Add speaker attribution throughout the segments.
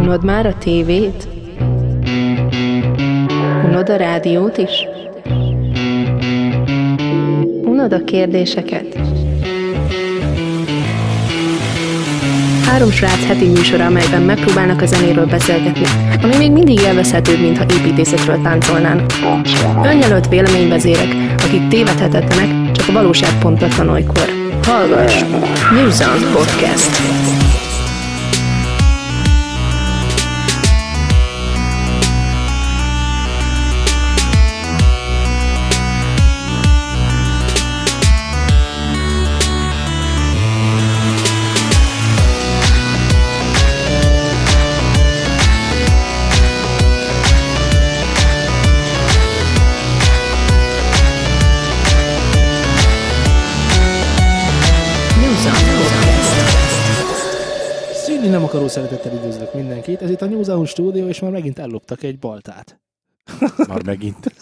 Speaker 1: Unod már a tévét? Unod a rádiót is? Unod a kérdéseket? Három srác heti műsora, amelyben megpróbálnak a zenéről beszélgetni, ami még mindig élvezhetőbb, mintha építészetről táncolnának. Önjelölt véleményvezérek, akik tévedhetetlenek, csak a valóság pontatlan olykor. Hallgass! New Sound Podcast. New Sound Podcast.
Speaker 2: Szűnni nem akaró szeretettel üdvözlök mindenkit. Ez itt a New Zealand Studio, és már megint elloptak egy baltát.
Speaker 3: Már megint.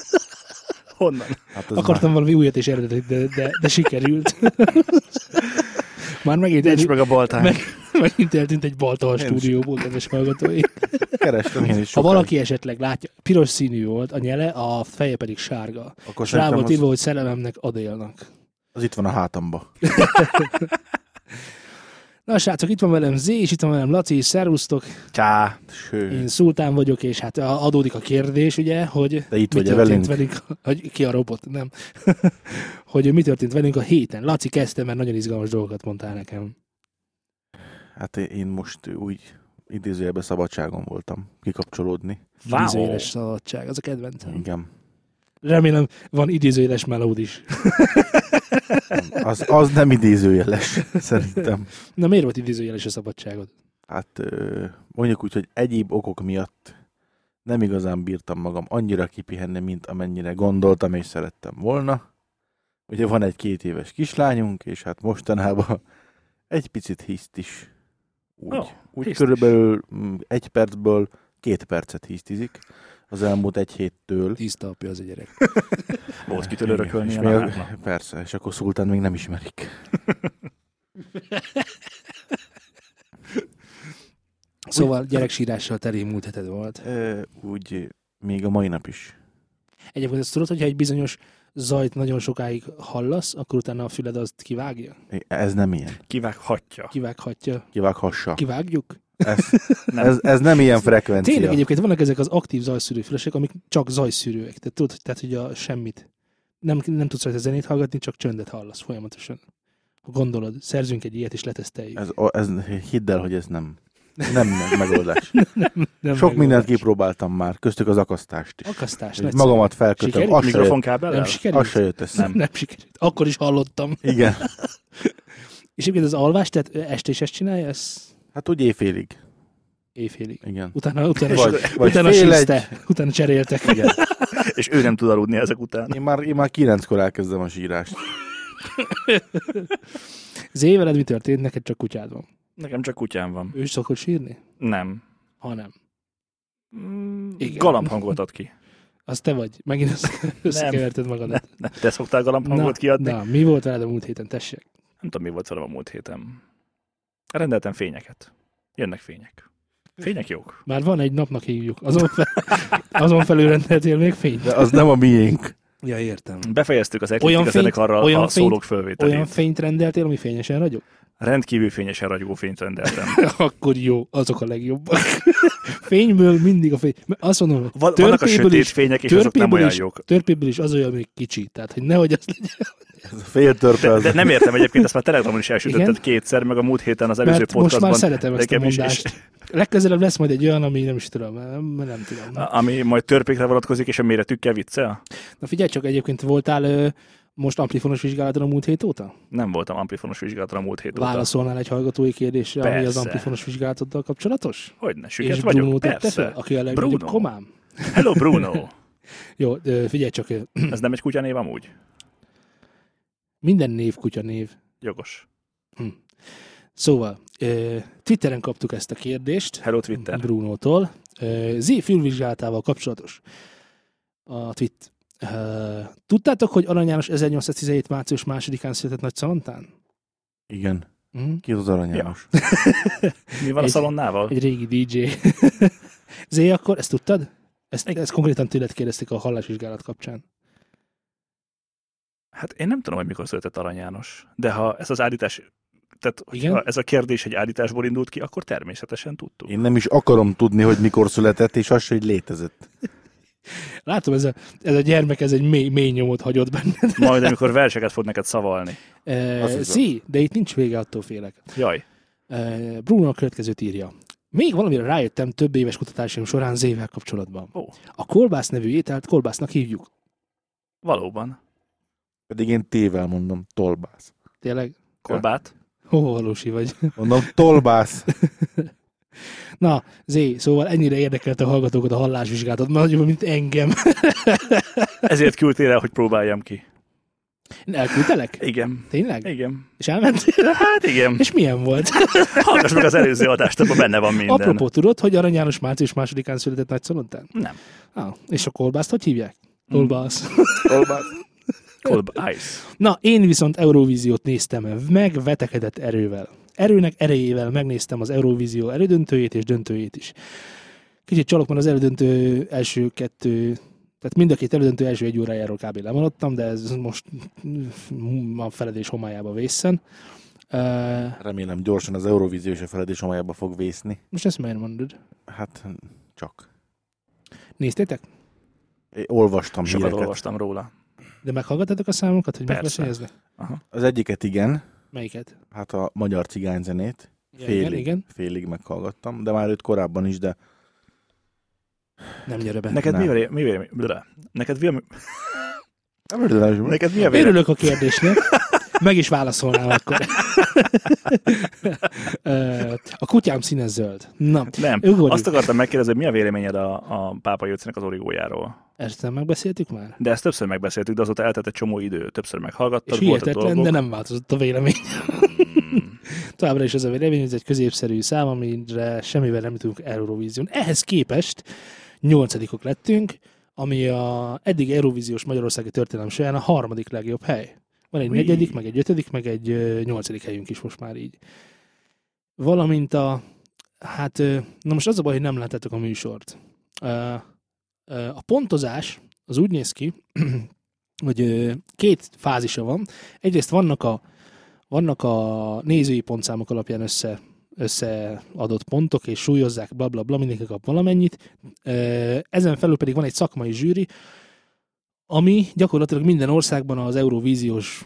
Speaker 2: Honnan?
Speaker 3: Hát ez
Speaker 2: Akartam valami újat és eredetit, de, de, de sikerült. már megint,
Speaker 3: már... Nincs
Speaker 2: el,
Speaker 3: meg a baltán.
Speaker 2: meg, megint eltűnt egy balta a
Speaker 3: Nincs.
Speaker 2: stúdióból, kedves hallgatói.
Speaker 3: Kerestem én is
Speaker 2: Ha
Speaker 3: sokáig.
Speaker 2: valaki esetleg látja, piros színű volt a nyele, a feje pedig sárga.
Speaker 3: Akkor
Speaker 2: És rá
Speaker 3: szerintem
Speaker 2: volt
Speaker 3: az,
Speaker 2: írva, hogy szellememnek adélnak.
Speaker 3: az itt van a hátamba.
Speaker 2: Na srácok, itt van velem Z, és itt van velem Laci, és szervusztok.
Speaker 3: Csá.
Speaker 2: Én
Speaker 3: Ső.
Speaker 2: szultán vagyok, és hát a- adódik a kérdés, ugye, hogy
Speaker 3: De itt
Speaker 2: mi
Speaker 3: vagy-e
Speaker 2: történt
Speaker 3: velünk?
Speaker 2: velünk, hogy ki a robot, nem. hogy mi történt velünk a héten. Laci kezdte, mert nagyon izgalmas dolgokat mondtál nekem.
Speaker 3: Hát én- én most úgy idézőjelben szabadságon voltam kikapcsolódni.
Speaker 2: Idézőjeles szabadság, az a kedvencem.
Speaker 3: Igen.
Speaker 2: Remélem van idézőjeles melód is.
Speaker 3: Az, az nem idézőjeles, szerintem.
Speaker 2: Na miért volt idézőjeles a szabadságod?
Speaker 3: Hát ö, mondjuk úgy, hogy egyéb okok miatt nem igazán bírtam magam annyira kipihenni, mint amennyire gondoltam és szerettem volna. Ugye van egy két éves kislányunk, és hát mostanában egy picit hiszt is. Úgy,
Speaker 4: Ó,
Speaker 3: oh, úgy
Speaker 4: hiszt is.
Speaker 3: körülbelül mm, egy percből két percet hisztizik az elmúlt egy héttől.
Speaker 2: Tiszta apja az a gyerek.
Speaker 4: Volt kitől
Speaker 3: Igen,
Speaker 4: örökölni
Speaker 3: és
Speaker 4: a
Speaker 3: még a-
Speaker 4: lánynak.
Speaker 3: Persze, és akkor Szultán még nem ismerik.
Speaker 2: Szóval gyereksírással teli múlt heted volt.
Speaker 3: Ö, Úgy még a mai nap is.
Speaker 2: Egyébként azt tudod, hogyha egy bizonyos zajt nagyon sokáig hallasz, akkor utána a füled azt kivágja?
Speaker 3: Ez nem ilyen.
Speaker 4: Kivághatja.
Speaker 2: Kivághatja?
Speaker 3: Kivághassa.
Speaker 2: Kivágjuk?
Speaker 3: Ez,
Speaker 4: Nem.
Speaker 3: ez, ez nem ilyen frekvencia.
Speaker 2: Tényleg egyébként vannak ezek az aktív zajszűrőfülesek, amik csak zajszűrőek. Tehát tudod, tehát hogy a semmit. Nem, nem tudsz rajta zenét hallgatni, csak csöndet hallasz folyamatosan. Ha gondolod, szerzünk egy ilyet és leteszteljük.
Speaker 3: Ez, a- ez, hidd el, hogy ez nem, nem megoldás.
Speaker 2: nem
Speaker 3: Sok mindent
Speaker 2: megoldás.
Speaker 3: kipróbáltam már, köztük az akasztást is.
Speaker 2: Akasztás.
Speaker 3: Hogy
Speaker 2: Laci.
Speaker 3: Magamat felkötöm,
Speaker 2: Sikerült?
Speaker 3: az se, jött,
Speaker 4: Mikrofonkábel?
Speaker 2: Nem
Speaker 4: Nem
Speaker 3: az
Speaker 2: sikerült?
Speaker 3: se jött össze.
Speaker 2: Nem. nem sikerült. Akkor is hallottam.
Speaker 3: Igen,
Speaker 2: És egyébként az alvás, tehát ö, este is ezt csinálja, ez
Speaker 3: hát úgy éjfélig.
Speaker 2: éjfélig.
Speaker 3: Igen.
Speaker 2: Utána, utána,
Speaker 3: Vagy, vagy
Speaker 2: utána
Speaker 3: fél egy.
Speaker 2: sízte, utána cseréltek.
Speaker 3: Igen.
Speaker 4: És ő nem tud aludni ezek után.
Speaker 3: Én már, én már kilenckor elkezdem a sírást.
Speaker 2: Zé, veled mi történt? Neked csak kutyád van.
Speaker 4: Nekem csak kutyám van.
Speaker 2: Ő is szokott sírni?
Speaker 4: Nem.
Speaker 2: Ha nem.
Speaker 4: Mm,
Speaker 2: Igen.
Speaker 4: Galambhangot ad ki.
Speaker 2: Az te vagy. Megint össze- összekeverted magadat.
Speaker 4: Nem, te szoktál galambhangot kiadni?
Speaker 2: Na, mi volt veled a múlt héten? Tessék.
Speaker 4: Nem tudom, mi volt velem a múlt héten. Rendeltem fényeket. Jönnek fények. Fények jók.
Speaker 2: Már van egy napnak hívjuk. Azon, fel, azon felül rendeltél még fényt?
Speaker 3: De az nem a miénk.
Speaker 2: Ja, értem.
Speaker 4: Befejeztük az
Speaker 2: Olyan
Speaker 4: ekliptika
Speaker 2: fényt-
Speaker 4: zenekarral
Speaker 2: olyan
Speaker 4: a szólók
Speaker 2: Olyan
Speaker 4: fölvételét.
Speaker 2: fényt rendeltél, ami fényesen ragyog?
Speaker 4: Rendkívül fényesen ragyogó fényt rendeltem.
Speaker 2: Akkor jó, azok a legjobbak. Fényből mindig a fény. Mert azt mondom, hogy
Speaker 4: Van, vannak a
Speaker 2: Törpéből
Speaker 4: sötét
Speaker 2: is-
Speaker 4: fények, és azok nem
Speaker 2: törpéből
Speaker 4: olyan
Speaker 2: is-
Speaker 4: jók.
Speaker 2: törpéből is az olyan, még kicsi. Tehát, hogy nehogy az legyen.
Speaker 3: Ez a fél törpe
Speaker 4: De,
Speaker 3: az.
Speaker 4: de nem értem egyébként, ezt már Telegramon is elsütötted
Speaker 2: Igen?
Speaker 4: kétszer, meg a múlt héten az előző
Speaker 2: Mert most
Speaker 4: podcastban.
Speaker 2: már szeretem ezt a
Speaker 4: nekem is-
Speaker 2: mondást. Legközelebb lesz majd egy olyan, ami nem is tudom, nem, nem tudom. Na,
Speaker 4: A- Ami majd törpékre vonatkozik, és a méretükkel viccel?
Speaker 2: figyelj csak, egyébként voltál ö, most amplifonos vizsgálaton a múlt hét óta?
Speaker 4: Nem voltam amplifonos vizsgálatra a múlt hét óta.
Speaker 2: Válaszolnál egy hallgatói kérdésre, ami az
Speaker 4: Persze.
Speaker 2: amplifonos vizsgálatoddal kapcsolatos?
Speaker 4: Hogyne,
Speaker 2: és
Speaker 4: süket
Speaker 2: Bruno
Speaker 4: vagyok,
Speaker 2: tette
Speaker 4: persze.
Speaker 2: fel, aki a legnagyobb
Speaker 4: Bruno.
Speaker 2: komám.
Speaker 4: Hello Bruno!
Speaker 2: Jó, ö, figyelj csak, ö,
Speaker 4: Ez nem egy kutyanév amúgy?
Speaker 2: minden név kutya név.
Speaker 4: Jogos.
Speaker 2: Szóval, ö, Twitteren kaptuk ezt a kérdést
Speaker 4: Hello Twitter.
Speaker 2: Brunótól. Ö, Z fülvizsgálatával kapcsolatos a tweet. Ö, Tudtátok, hogy Arany János 1817. március másodikán született Nagy Szalantán?
Speaker 3: Igen.
Speaker 2: Mm.
Speaker 3: Ki az Arany János?
Speaker 4: Mi van a
Speaker 2: Egy-
Speaker 4: szalonnával?
Speaker 2: Egy régi DJ. Zé, akkor ezt tudtad? Ezt, ezt konkrétan tőled kérdezték a hallásvizsgálat kapcsán.
Speaker 4: Hát én nem tudom, hogy mikor született Arany János, de ha ez az állítás, tehát
Speaker 2: Igen?
Speaker 4: ha ez a kérdés egy állításból indult ki, akkor természetesen tudtuk.
Speaker 3: Én nem is akarom tudni, hogy mikor született, és az se, hogy létezett.
Speaker 2: Látom, ez a, ez a gyermek, ez egy mély, mély nyomot hagyott benned.
Speaker 4: Majd amikor verseket fog neked szavalni.
Speaker 3: Az
Speaker 2: E,
Speaker 3: igaz.
Speaker 2: Zé, de itt nincs vége, attól félek.
Speaker 4: Jaj,
Speaker 2: E, Bruno a következőt írja. Még valamire rájöttem több éves kutatásaim során Zével kapcsolatban.
Speaker 4: Ó.
Speaker 2: A kolbász nevű ételt kolbásznak hívjuk.
Speaker 4: valóban.
Speaker 3: Pedig én tével mondom, tolbász.
Speaker 2: Tényleg?
Speaker 4: Kolbát?
Speaker 2: Hó, valósi vagy.
Speaker 3: Mondom, tolbász.
Speaker 2: Na, Zé, szóval ennyire érdekelte a hallgatókat a hallásvizsgálatod, nagyobb, mint engem.
Speaker 4: Ezért küldtél el, hogy próbáljam ki.
Speaker 2: Elküldtelek?
Speaker 4: Igen.
Speaker 2: Tényleg?
Speaker 4: Igen.
Speaker 2: És elmentél?
Speaker 4: Hát igen.
Speaker 2: És milyen volt?
Speaker 4: Hallgass meg az előző adást, abban benne van minden.
Speaker 2: Apropó, tudod, hogy Arany János március másodikán született nagyszalontán?
Speaker 4: Nem.
Speaker 2: Ah, és a kolbászt hogy hívják? Kolbász.
Speaker 3: Tolbász.
Speaker 4: Kolba Ice.
Speaker 2: Na, én viszont Eurovíziót néztem meg vetekedett erővel. Erőnek erejével megnéztem az Eurovízió elődöntőjét és döntőjét is. Kicsit csalok, mert az elődöntő első kettő, tehát mind a két elődöntő első egy órájáról kb. lemaradtam, de ez most mm, a feledés homályába vészen. Uh,
Speaker 3: Remélem gyorsan az Eurovízió és a feledés homályába fog vészni.
Speaker 2: most ezt miért mondod?
Speaker 3: Hát csak.
Speaker 2: Néztétek?
Speaker 3: Én olvastam
Speaker 4: Sokat
Speaker 3: híreket.
Speaker 4: olvastam róla.
Speaker 2: De meghallgattatok a számokat, hogy
Speaker 4: Persze.
Speaker 2: megbeszéljeznek?
Speaker 3: Az egyiket igen,
Speaker 2: Melyiket?
Speaker 3: hát a magyar cigányzenét.
Speaker 2: Ja,
Speaker 3: Félig,
Speaker 2: igen, igen.
Speaker 3: félig meghallgattam, de már őt korábban is, de
Speaker 2: Nem gyere be.
Speaker 4: Neked
Speaker 3: Nem.
Speaker 4: mi, a, mi, vélemény, blö. Neked, mi, a- neked mi a vélemény?
Speaker 2: Örülök a kérdésnek. Meg is válaszolnám akkor. Ö, a kutyám színe zöld. Na,
Speaker 4: Nem.
Speaker 2: ugorjuk.
Speaker 4: Azt akartam megkérdezni, hogy mi a véleményed a, a Pápa Jöccének az origójáról.
Speaker 2: Ezt nem megbeszéltük már?
Speaker 4: De ezt többször megbeszéltük, de azóta eltelt egy csomó idő. Többször meghallgattad,
Speaker 2: És
Speaker 4: voltak
Speaker 2: hihetetlen,
Speaker 4: dolgok. Hmm.
Speaker 2: de nem változott a vélemény. Továbbra is az a vélemény, hogy ez egy középszerű szám, amire semmivel nem jutunk Eurovízión. Ehhez képest nyolcadikok lettünk, ami a eddig Eurovíziós Magyarországi történelem során a harmadik legjobb hely. Van egy
Speaker 4: Ui.
Speaker 2: negyedik, meg egy ötödik, meg egy ö, nyolcadik helyünk is most már így. Valamint a... Hát, ö, na most az a baj, hogy nem láttátok a műsort. Ö, ö, A pontozás az úgy néz ki, hogy ö, két fázisa van. Egyrészt vannak a, vannak a nézői pontszámok alapján össze, összeadott pontok, és súlyozzák, bla bla bla, mindenki kap valamennyit. Ö, Ezen felül pedig van egy szakmai zsűri, ami gyakorlatilag minden országban az Eurovíziós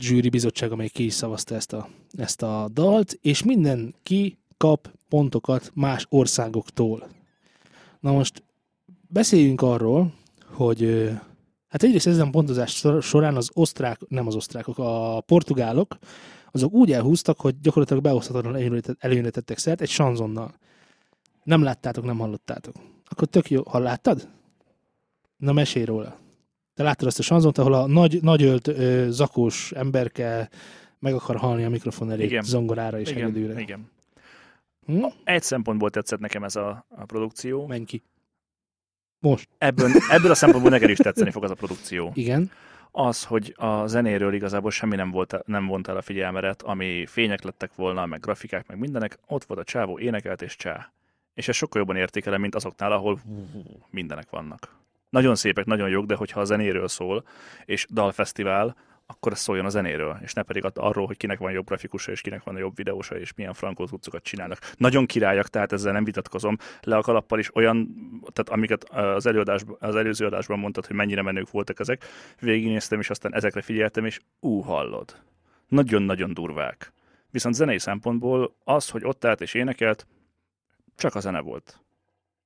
Speaker 2: zsűri bizottság, amely ki is szavazta ezt a, ezt a dalt, és mindenki kap pontokat más országoktól. Na most beszéljünk arról, hogy ö, hát egyrészt ezen pontozás sor- során az osztrák, nem az osztrákok, a portugálok, azok úgy elhúztak, hogy gyakorlatilag beoszthatatlan előnyre- előnyre tettek szert egy sanzonnal. Nem láttátok, nem hallottátok. Akkor tök jó, ha láttad? Na mesélj róla. Te láttad azt a sanzont, ahol a nagy, nagyölt ö, zakós emberke meg akar halni a mikrofon elé
Speaker 4: Igen.
Speaker 2: zongorára és
Speaker 4: igen,
Speaker 2: hegedűre.
Speaker 4: igen.
Speaker 2: Hm?
Speaker 4: Egy szempontból tetszett nekem ez a, a produkció.
Speaker 2: Menj ki. Most.
Speaker 4: Ebből, ebből a szempontból neked is tetszeni fog az a produkció.
Speaker 2: Igen.
Speaker 4: az, hogy a zenéről igazából semmi nem, volt, nem vont el a figyelmedet, ami fények lettek volna, meg grafikák, meg mindenek, ott volt a csávó, énekelt és csá. És ez sokkal jobban értékelem, mint azoknál, ahol mindenek vannak. Nagyon szépek, nagyon jók, de hogyha a zenéről szól, és dalfesztivál, akkor az szóljon a zenéről, és ne pedig at- arról, hogy kinek van jobb grafikusa, és kinek van jobb videósa, és milyen frankó cuccokat csinálnak. Nagyon királyak, tehát ezzel nem vitatkozom. Le a kalappal is olyan, tehát amiket az, előadás, az előző adásban mondtad, hogy mennyire menők voltak ezek, végignéztem, és aztán ezekre figyeltem, és ú, hallod. Nagyon-nagyon durvák. Viszont zenei szempontból az, hogy ott állt és énekelt, csak a zene volt.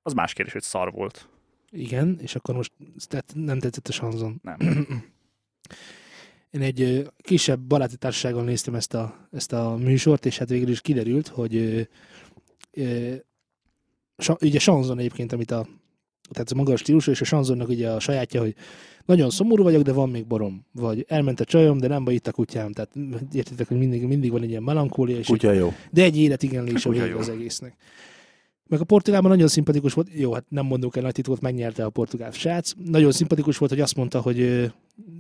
Speaker 4: Az más kérdés, hogy szar volt.
Speaker 2: Igen, és akkor most tehát nem tetszett a sanzon.
Speaker 4: Nem.
Speaker 2: Én egy ö, kisebb baráti társasággal néztem ezt a, ezt a műsort, és hát végül is kiderült, hogy ö, ö, sa, ugye sanzon egyébként, amit a tehát a maga a stílus, és a sanzonnak ugye a sajátja, hogy nagyon szomorú vagyok, de van még borom. Vagy elment a csajom, de nem baj itt a kutyám. Tehát értitek, hogy mindig, mindig van egy ilyen melankólia, és
Speaker 3: Kutya jó.
Speaker 2: de egy életigenlés a
Speaker 4: Hát, Ugye
Speaker 2: vége
Speaker 4: jó.
Speaker 2: az egésznek. Meg a portugálban nagyon szimpatikus volt, jó, hát nem mondok el nagy titkot, megnyerte a portugál srác. Nagyon szimpatikus volt, hogy azt mondta, hogy ö,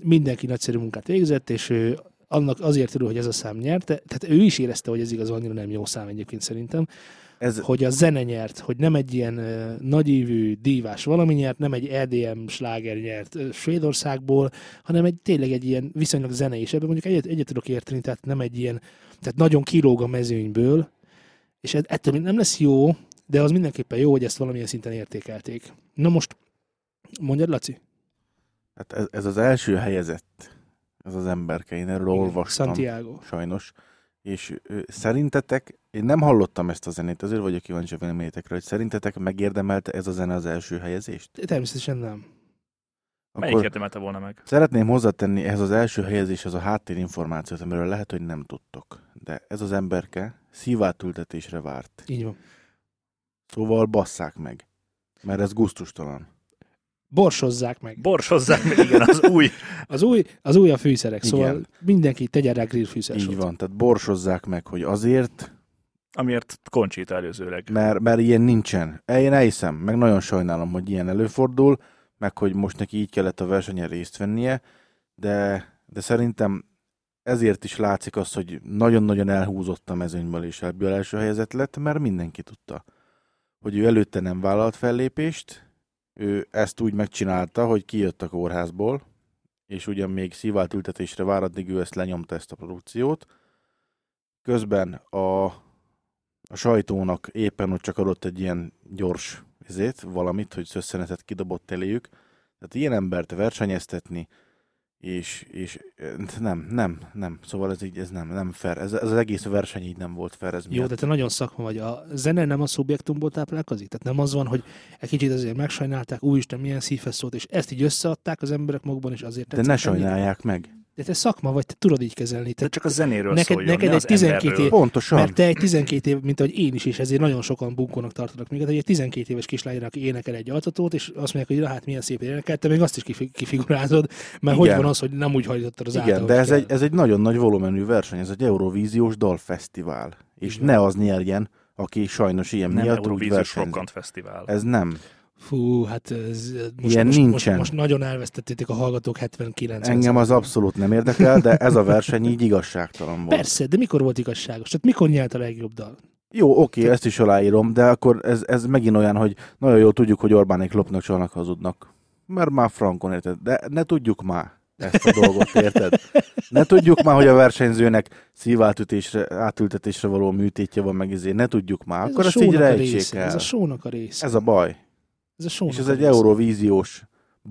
Speaker 2: mindenki nagyszerű munkát végzett, és ö, annak azért örül, hogy ez a szám nyerte, tehát ő is érezte, hogy ez igaz, annyira nem jó szám egyébként szerintem,
Speaker 3: Ez,
Speaker 2: hogy a zene nyert, hogy nem egy ilyen ö, nagyívű, dívás valami nyert, nem egy EDM sláger nyert ö, Svédországból, hanem egy tényleg egy ilyen viszonylag zenei, és ebben mondjuk egyet, egyet tudok érteni, tehát nem egy ilyen, tehát nagyon kilóg a mezőnyből, és ez- ettől még nem lesz jó, de az mindenképpen jó, hogy ezt valamilyen szinten értékelték. Na most, mondjad, Laci?
Speaker 3: hát ez, ez az első helyezett, ez az emberke, én erről
Speaker 2: Igen,
Speaker 3: olvastam.
Speaker 2: Santiago.
Speaker 3: sajnos. És ö, szerintetek, én nem hallottam ezt a zenét, azért vagyok kíváncsi a véleményetekre, hogy szerintetek megérdemelte ez a zene az első helyezést?
Speaker 2: Természetesen nem.
Speaker 4: Melyik érdemelte volna meg?
Speaker 3: szeretném hozzátenni ehhez az első helyezés az a háttérinformációt, amiről lehet, hogy nem tudtok. De ez az emberke szívátültetésre várt.
Speaker 2: Így van.
Speaker 3: Szóval basszák meg. Mert ez gusztustalan.
Speaker 2: Borsozzák meg.
Speaker 4: Bors hozzá, még igen, az új.
Speaker 2: Az új, az új a fűszerek,
Speaker 3: Igen.
Speaker 2: szóval mindenki tegyen rá grill fűszersót.
Speaker 3: Így van, tehát borsozzák meg, hogy azért,
Speaker 4: Amiért koncsít előzőleg.
Speaker 3: mert, mert ilyen nincsen. E, Én elhiszem, meg nagyon sajnálom, hogy ilyen előfordul, meg hogy most neki így kellett a versenyen részt vennie, de, de szerintem ezért is látszik az, hogy nagyon-nagyon elhúzott a mezőnyből, és ebből első helyezett lett, mert mindenki tudta, hogy ő előtte nem vállalt fellépést, ő ezt úgy megcsinálta, hogy kijött a kórházból, és ugyan még szívált ültetésre vár, addig ő ezt lenyomta ezt a produkciót. Közben a a sajtónak éppen ott csak adott egy ilyen gyors ezért, valamit, hogy szösszenetet kidobott eléjük. Tehát ilyen embert versenyeztetni, és, és eh, nem, nem, nem. Szóval ez így, ez nem, nem fair. Ez, ez az egész verseny így nem volt fair, ez
Speaker 2: Jó, de te nagyon szakma vagy. A zene nem a szubjektumból táplálkozik? Tehát nem az van, hogy egy kicsit azért megsajnálták, úristen, milyen szívhez szólt, és ezt így összeadták az emberek magukban, és azért
Speaker 3: de
Speaker 2: tetszett
Speaker 3: ne
Speaker 2: ennyire?
Speaker 3: sajnálják meg.
Speaker 2: De te szakma vagy, te tudod így kezelni.
Speaker 4: De
Speaker 2: Te,
Speaker 4: csak a zenéről
Speaker 2: Neked-
Speaker 4: szóljon,
Speaker 2: neked
Speaker 4: ne
Speaker 2: egy
Speaker 4: az
Speaker 2: 12
Speaker 4: emberről.
Speaker 2: év-
Speaker 3: Pontosan.
Speaker 2: mert te egy 12 év, mint ahogy én is, és ezért nagyon sokan bunkónak tartanak minket, hogy egy 12 éves kislánynak aki énekel egy altatót, és azt mondják, hogy na, hát milyen szép énekel, te még azt is kifi- kifigurázod, mert hogy
Speaker 3: Igen.
Speaker 2: van az, hogy nem úgy hajtottad az által,
Speaker 3: Igen, de
Speaker 2: hogy
Speaker 3: ez
Speaker 2: kell.
Speaker 3: egy, ez egy nagyon nagy volumenű verseny, ez egy Eurovíziós dalfesztivál. És
Speaker 2: Így van.
Speaker 3: ne az nyerjen, aki sajnos ilyen
Speaker 4: Nem
Speaker 3: miatt úgy
Speaker 4: Eurovíziós
Speaker 3: versenyz.
Speaker 4: Rokkant Fesztivál.
Speaker 3: Ez nem.
Speaker 2: Fú, hát ez, most,
Speaker 3: Ilyen
Speaker 2: most,
Speaker 3: nincsen.
Speaker 2: Most, most nagyon elvesztettétek a hallgatók 79
Speaker 3: Engem az abszolút nem érdekel, de ez a verseny így igazságtalan volt.
Speaker 2: Persze, de mikor volt igazságos? Tehát mikor nyert a legjobb dal?
Speaker 3: Jó, oké, ezt is aláírom, de akkor ez, ez megint olyan, hogy nagyon jól tudjuk, hogy Orbánék lopnak, csalnak, hazudnak. Mert már frankon, érted? De ne tudjuk már ezt a dolgot, érted? Ne tudjuk már, hogy a versenyzőnek szívátütésre, átültetésre való műtétje van meg izé. Ne tudjuk már. Akkor
Speaker 2: a
Speaker 3: ezt így
Speaker 2: shownak a
Speaker 3: rejtsék
Speaker 2: része,
Speaker 3: el.
Speaker 2: Ez a sónak a része.
Speaker 3: Ez a baj.
Speaker 2: Ez a sónak
Speaker 3: És ez
Speaker 2: a
Speaker 3: egy
Speaker 2: része.
Speaker 3: eurovíziós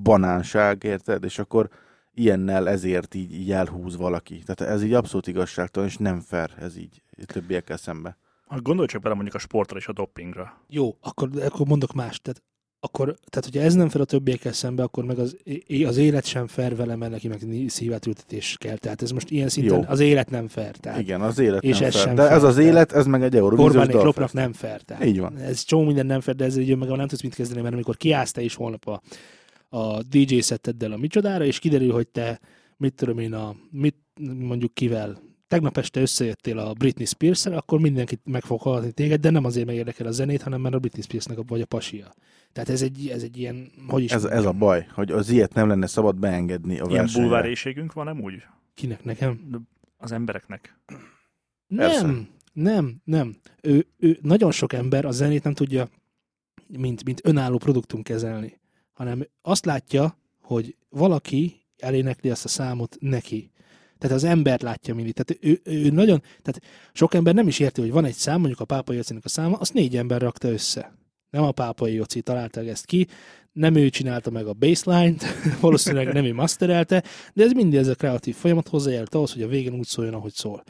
Speaker 3: banánság, érted? És akkor ilyennel ezért így, így elhúz valaki. Tehát ez így abszolút igazságtalan, és nem fair ez így többiekkel szembe.
Speaker 4: Hát gondolj csak bele mondjuk a sportra és a dopingra.
Speaker 2: Jó, akkor, akkor mondok más. Tehát, akkor, tehát, hogyha ez nem fel a többiekkel szembe, akkor meg az, é- az élet sem fair velem, mert neki meg ni- szívátültetés kell. Tehát ez most ilyen szinten
Speaker 3: Jó.
Speaker 2: az élet nem fair. Tehát
Speaker 3: Igen, az élet
Speaker 2: Hát, és
Speaker 3: és nem
Speaker 2: ez
Speaker 3: fair.
Speaker 2: sem
Speaker 3: De
Speaker 2: fair.
Speaker 3: ez az élet, ez meg egy eurovíziós
Speaker 2: Orbánék lopnak
Speaker 3: dalfesztivál.
Speaker 2: nem fair. Tehát
Speaker 3: Így van.
Speaker 2: Ez csomó minden nem fair, de ezzel így meg nem tudsz mit kezdeni, mert amikor kiállsz te is holnap a, a DJ szetteddel a micsodára, és kiderül, hogy te mit tudom én, a, mit mondjuk kivel tegnap este összejöttél a Britney spears akkor mindenki meg fog hallgatni téged, de nem azért, mert érdekel a zenét, hanem mert a Britney Spearsnek a, vagy a pasia. Tehát ez egy, ez egy ilyen, hogy is
Speaker 3: Ez, ez a baj, hogy az ilyet nem lenne szabad beengedni a
Speaker 4: Ilyen
Speaker 3: versenyre.
Speaker 4: bulváréségünk van, nem úgy?
Speaker 2: kinek nekem.
Speaker 4: Az embereknek.
Speaker 3: Persze.
Speaker 2: Nem, nem, nem. Ő, ő, nagyon sok ember a zenét nem tudja, mint, mint önálló produktum kezelni, hanem azt látja, hogy valaki elénekli azt a számot neki. Tehát az ember látja mindig. Tehát ő, ő nagyon, tehát sok ember nem is érti, hogy van egy szám, mondjuk a Pápai Jocinak a száma, azt négy ember rakta össze. Nem a Pápai Joci találta ezt ki, nem ő csinálta meg a baseline-t, valószínűleg nem ő masterelte, de ez mindig ez a kreatív folyamat hozzájárult ahhoz, hogy a végén úgy szóljon, ahogy szól.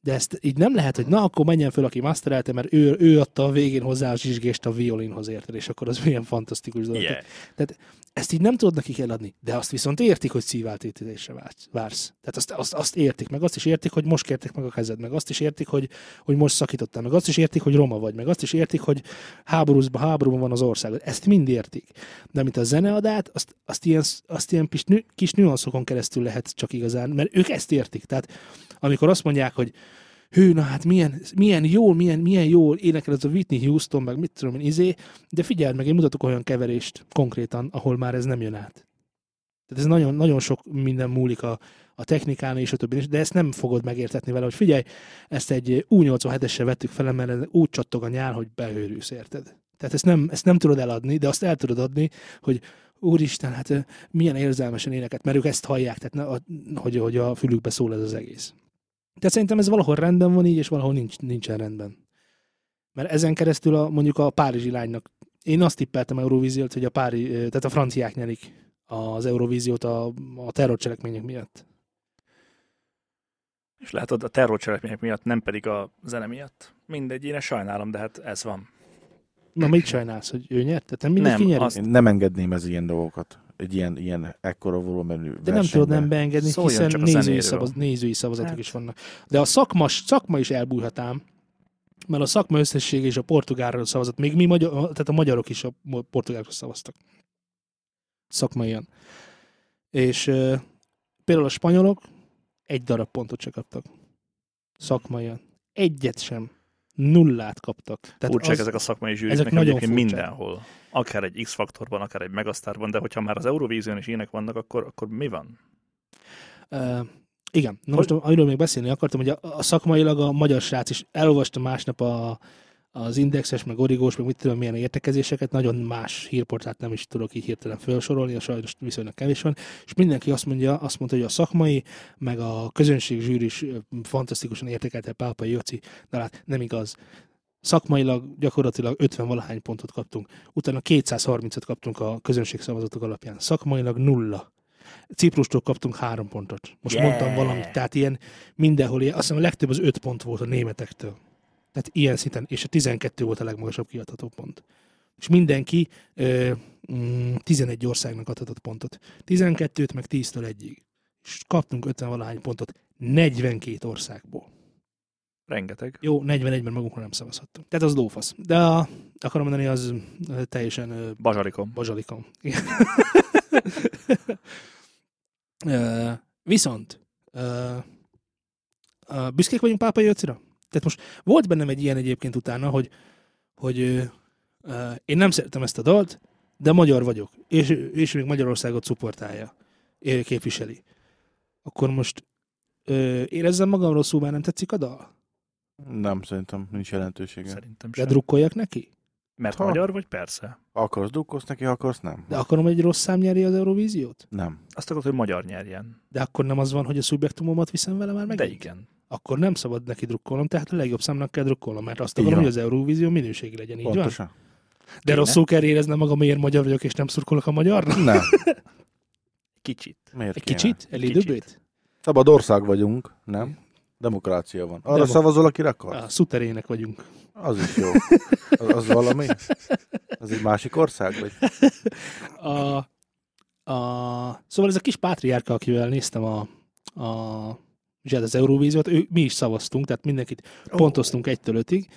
Speaker 2: De ezt így nem lehet, hogy na, akkor menjen föl, aki masterelte, mert ő, ő adta a végén hozzá a zsizsgést a violinhoz, érted? És akkor az milyen fantasztikus dolog.
Speaker 4: Yeah.
Speaker 2: Tehát ezt így nem tudod nekik eladni, de azt viszont értik, hogy szíváltétítésre vársz- vársz. Tehát azt, azt, azt, értik, meg azt is értik, hogy most kértek meg a kezed, meg azt is értik, hogy, hogy most szakítottál, meg azt is értik, hogy roma vagy, meg azt is értik, hogy háborúzban, háborúban van az országod. Ezt mind értik. De amit a zene ad át, azt, azt ilyen, azt ilyen kis, nü- kis nüanszokon keresztül lehet csak igazán, mert ők ezt értik. Tehát amikor azt mondják, hogy hű, na hát milyen, milyen jól, milyen, milyen jól énekel ez a Whitney Houston, meg mit tudom én, izé, de figyeld meg, én mutatok olyan keverést konkrétan, ahol már ez nem jön át. Tehát ez nagyon, nagyon sok minden múlik a, a technikán és a többi, de ezt nem fogod megértetni vele, hogy figyelj, ezt egy U87-esre vettük fel, mert úgy csattog a nyál, hogy beőrülsz, érted? Tehát ezt nem, ezt nem tudod eladni, de azt el tudod adni, hogy úristen, hát ö, milyen érzelmesen éneket, mert ők ezt hallják, tehát ne, a, hogy, hogy a fülükbe szól ez az egész. Tehát szerintem ez valahol rendben van így, és valahol nincs, nincsen rendben. Mert ezen keresztül a, mondjuk a párizsi lánynak, én azt tippeltem Eurovíziót, hogy a pári, ö, tehát a franciák nyerik az Eurovíziót a, a terrorcselekmények miatt.
Speaker 4: És látod, a terrorcselekmények miatt, nem pedig a zene miatt. Mindegy, én ezt sajnálom, de hát ez van.
Speaker 2: Na, mit sajnálsz, hogy ő nyert? Tehát nem mindenki
Speaker 4: Nem,
Speaker 2: nyer?
Speaker 4: azt-
Speaker 3: Én nem engedném ez ilyen dolgokat. Egy ilyen, ilyen ekkora volumenű
Speaker 2: De nem tudod nem
Speaker 3: be.
Speaker 2: beengedni,
Speaker 4: Szóljon
Speaker 2: hiszen
Speaker 4: csak a
Speaker 2: nézői,
Speaker 4: zenéről.
Speaker 2: szavaz, nézői szavazatok
Speaker 4: Hát.
Speaker 2: is vannak. De a szakmas, szakma is elbújhat ám, mert a szakma összessége és a portugálról szavazott. Még mi, magyar, tehát a magyarok is a mo- portugálokra szavaztak. Szakmaian. És ö, például a spanyolok egy darab pontot se kaptak. Szakmaian. Egyet sem. Nullát kaptak. Tehát
Speaker 4: Furcsák az... ezek a szakmai zsűrik
Speaker 2: ezek
Speaker 4: nekem
Speaker 2: nagyon
Speaker 4: egyébként
Speaker 2: furcsák.
Speaker 4: mindenhol. Akár egy X-faktorban, akár egy Megasztárban, de hogyha már az Eurovízión is ilyenek vannak, akkor, akkor mi van?
Speaker 2: Ö, igen, na most amiről még beszélni akartam, hogy a, a szakmailag a magyar srác is elolvasta másnap a, az indexes, meg origós, meg mit tudom milyen értekezéseket, nagyon más hírportált nem is tudok így hirtelen felsorolni, a sajnos viszonylag kevés van, és mindenki azt mondja, azt mondta, hogy a szakmai, meg a közönség zsűri is ö, fantasztikusan értékelte Pápai Jóci, de hát nem igaz. Szakmailag gyakorlatilag 50 valahány pontot kaptunk, utána 230-at kaptunk a közönség szavazatok alapján. Szakmailag nulla. Ciprustól kaptunk három pontot. Most
Speaker 4: Yeah.
Speaker 2: yeah. mondtam valamit, tehát ilyen mindenhol, ilyen, azt hiszem a legtöbb az öt pont volt a németektől. Tehát ilyen szinten, és a 12 volt a legmagasabb kiadható pont. És mindenki ö, mm, 11 országnak adhatott pontot. 12-t meg 10-től 1-ig. És kaptunk 50 valahány pontot 42 országból.
Speaker 4: Rengeteg.
Speaker 2: Jó, 41-ben magunkra nem szavazhattunk. Tehát az lófasz. De a, akarom mondani, az ö, teljesen eh, ö,
Speaker 4: Bazsalikom.
Speaker 2: bazsalikom. Igen. Ö, Eh, Viszont ö, ö, büszkék vagyunk Pápa Jöccira? Tehát most volt bennem egy ilyen egyébként utána, hogy, hogy ö, ö, én nem szerettem ezt a dalt, de magyar vagyok, és, és még Magyarországot szuportálja, ö, képviseli. Akkor most ö, érezzem magam rosszul, már nem tetszik a dal?
Speaker 3: Nem, szerintem nincs jelentősége.
Speaker 4: Szerintem
Speaker 2: De
Speaker 4: sem.
Speaker 2: drukkoljak neki?
Speaker 4: Mert
Speaker 3: Ha.
Speaker 4: magyar vagy? Persze.
Speaker 3: Ha Akarsz drukkolsz neki, ha akarsz nem.
Speaker 2: De akarom, hogy egy rossz szám nyeri az Eurovíziót?
Speaker 3: Nem.
Speaker 4: Azt akarod, hogy magyar nyerjen.
Speaker 2: De akkor nem az van, hogy a szubjektumomat viszem vele már meg?
Speaker 4: De igen.
Speaker 2: akkor nem szabad neki drukkolnom, tehát a legjobb számnak kell drukkolnom, mert azt
Speaker 3: Így
Speaker 2: akarom,
Speaker 3: van.
Speaker 2: hogy az Eurovízió minőségi legyen, így van?
Speaker 3: Pontosan.
Speaker 2: De
Speaker 4: Kéne.
Speaker 2: rosszul kell éreznem magam, miért magyar vagyok, és nem szurkolok a magyarra?
Speaker 3: Nem.
Speaker 4: Kicsit.
Speaker 3: Miért
Speaker 2: Egy
Speaker 3: kéne?
Speaker 2: kicsit? Egy időbét?
Speaker 3: Szabad ország vagyunk, nem? Demokrácia van. Arra
Speaker 2: Demo-
Speaker 3: szavazol, akire akar?
Speaker 2: A szuterének vagyunk.
Speaker 3: Az is jó. Az, az valami? Az egy másik ország? Vagy?
Speaker 2: A, a, szóval ez a kis pátriárka, akivel néztem a, a zsed az Eurovíziót, ő, mi is szavaztunk, tehát mindenkit oh. pontoztunk egytől ötig,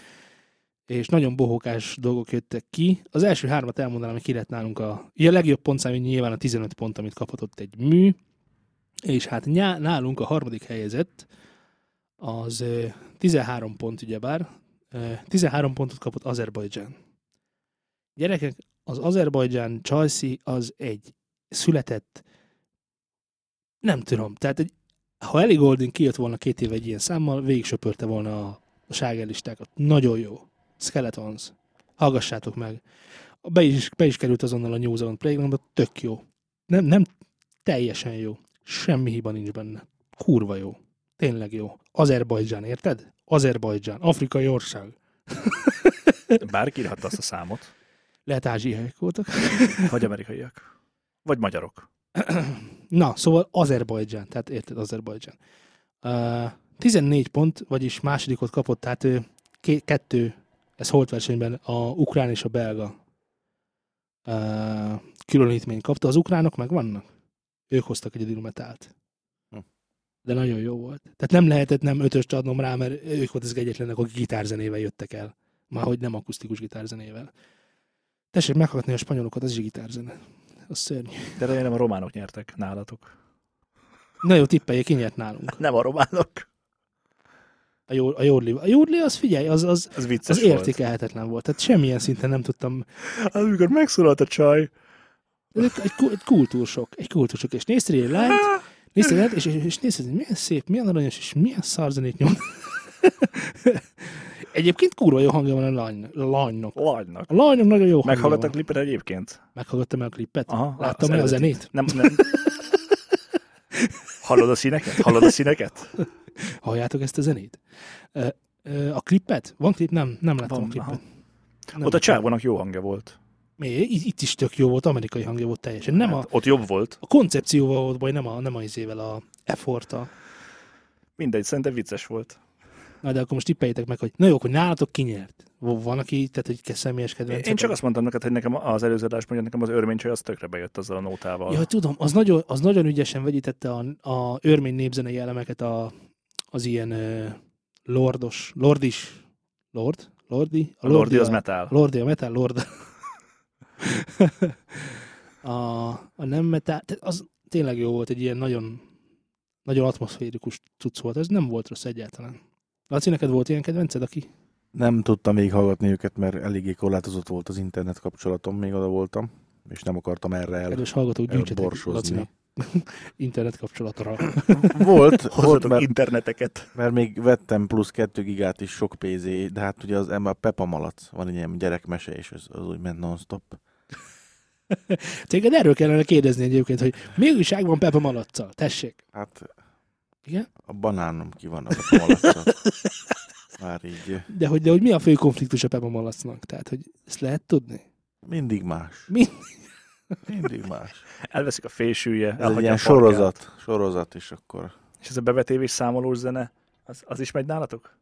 Speaker 2: és nagyon bohókás dolgok jöttek ki. Az első hármat elmondanám, hogy ki lett nálunk a, ugye a legjobb pontszám, nyilván a 15 pont, amit kaphatott egy mű, és hát nyá, nálunk a harmadik helyezett, az ö, 13 pont ugyebár, ö, 13 pontot kapott Azerbajdzsán. Gyerekek, az Azerbajdzsán Csajci az egy született, nem tudom, tehát egy, ha Ellie Golding kijött volna két éve egy ilyen számmal, végig söpörte volna a, a slágerlistákat. Nagyon jó. Skeletons. Hallgassátok meg. Be is, be is került azonnal a New Zealand Playgroundba, tök jó. Nem, nem teljesen jó. Semmi hiba nincs benne. Kurva jó. Tényleg jó. Azerbajdzsán, érted? Azerbajdzsán, afrikai ország.
Speaker 4: Bárki írhatta azt a számot.
Speaker 2: Lehet ázsiaiak voltak.
Speaker 4: Vagy amerikaiak. Vagy magyarok.
Speaker 2: Na, szóval Azerbajdzsán, tehát érted, Azerbajdzsán. Uh, 14 pont, vagyis másodikot kapott, tehát ő ké- kettő, ez holt versenyben a ukrán és a belga uh, különítményt kapta. Az ukránok meg vannak. Ők hoztak egyedül metált.
Speaker 3: Hm.
Speaker 2: De nagyon jó volt. Tehát nem lehetett nem ötöst adnom rá, mert ők volt az egyetlenek, akik gitárzenével jöttek el. Már hogy nem akusztikus gitárzenével. Tessék meghallgatni a spanyolokat, az is gitárzene. Az szörnyű.
Speaker 4: De remélem a románok nyertek nálatok.
Speaker 2: Na jó, tippeljék, ki nyert nálunk.
Speaker 4: Nem a románok.
Speaker 2: A, jó, a Jodli. A Jodli az figyelj, az, az,
Speaker 4: Ez vicces
Speaker 2: az
Speaker 4: volt.
Speaker 2: értékelhetetlen volt. Tehát semmilyen szinten nem tudtam.
Speaker 4: Hát, amikor megszólalt a csaj.
Speaker 2: Ez Egy, egy, ku- egy kultúrsok, egy kultúrsok. És néztél egy lányt, Nézted el, és, és, és nézted, hogy milyen szép, milyen aranyos, és milyen szarzenét nyom. Egyébként kurva jó hangja van a lany, lánynak.
Speaker 4: Lánynak.
Speaker 2: A lánynak nagyon jó hangja
Speaker 4: Meghallgattak
Speaker 2: van.
Speaker 4: klipet egyébként?
Speaker 2: Meghallgattam el a klippet?
Speaker 4: Aha,
Speaker 2: Láttam
Speaker 4: az
Speaker 2: el a
Speaker 4: eredetit.
Speaker 2: zenét?
Speaker 4: Nem, nem. Hallod a színeket? Hallod a színeket?
Speaker 2: Halljátok ezt a zenét? Ö, ö, A klippet? Van klip? Nem, nem láttam
Speaker 4: Van,
Speaker 2: a klippet.
Speaker 4: aha.
Speaker 2: Nem
Speaker 4: Ott a
Speaker 2: láttam.
Speaker 4: csávónak jó hangja volt.
Speaker 2: Mi? Itt itt is tök jó volt, amerikai hangja volt teljesen. Nem a,
Speaker 4: Hát, Ott jobb volt.
Speaker 2: a koncepcióval volt baj, nem a, nem a izével, a efforttal.
Speaker 4: Mindegy, szerintem vicces volt.
Speaker 2: Na, de akkor most tippeljétek meg, hogy na jó, akkor nálatok kinyert. V- Van, aki, tehát hogy kell személyes
Speaker 4: Én,
Speaker 2: kedvenc.
Speaker 4: én csak azt mondtam neked, hogy nekem az előző adásban, hogy nekem az örménycsaj az tökre bejött azzal a nótával.
Speaker 2: Ja, tudom, az nagyon, az nagyon ügyesen vegyítette a, a örmény népzenei elemeket a, az ilyen ö, lordos, lordis, lord, lordi?
Speaker 4: a Lordi az
Speaker 2: a-
Speaker 4: metal.
Speaker 2: A Lordi, a metal lord. a, a nem metal, tehát az tényleg jó volt, egy ilyen nagyon, nagyon atmoszférikus cucc volt. Ez nem volt rossz egyáltalán. Laci, neked volt ilyen kedvenced, aki?
Speaker 3: Nem tudtam végighallgatni őket, mert eléggé korlátozott volt az internet kapcsolatom, még oda voltam, és nem akartam erre el.
Speaker 2: Kedves hallgatók, gyűjtsetek
Speaker 3: elborsozni.
Speaker 2: Lacinak internet kapcsolatra.
Speaker 3: Volt, volt,
Speaker 4: Hozzatok
Speaker 3: mert,
Speaker 4: interneteket.
Speaker 3: mert még vettem plusz 2 gigát is sok pénzé, de hát ugye az ember Pepa Malac, van egy ilyen gyerekmese, és az, az úgy ment non-stop.
Speaker 2: Téged erről kellene kérdezni egyébként, hogy mégis van Pepa Malaccal, tessék.
Speaker 3: Hát
Speaker 2: Igen?
Speaker 3: a banánom ki van a Pepa Malaccal. Már így
Speaker 2: De hogy, de hogy mi a fő konfliktus a Pepa Malacnak? Tehát, hogy ezt lehet tudni?
Speaker 3: mindig más.
Speaker 2: Mi?
Speaker 3: Mindig más.
Speaker 4: Elveszik a fésűje,
Speaker 3: Ez egy
Speaker 4: elhagyja
Speaker 3: ilyen
Speaker 4: a parkát.
Speaker 3: sorozat, sorozat, és akkor
Speaker 4: És ez a bevetévés számolós zene, az, az is megy nálatok?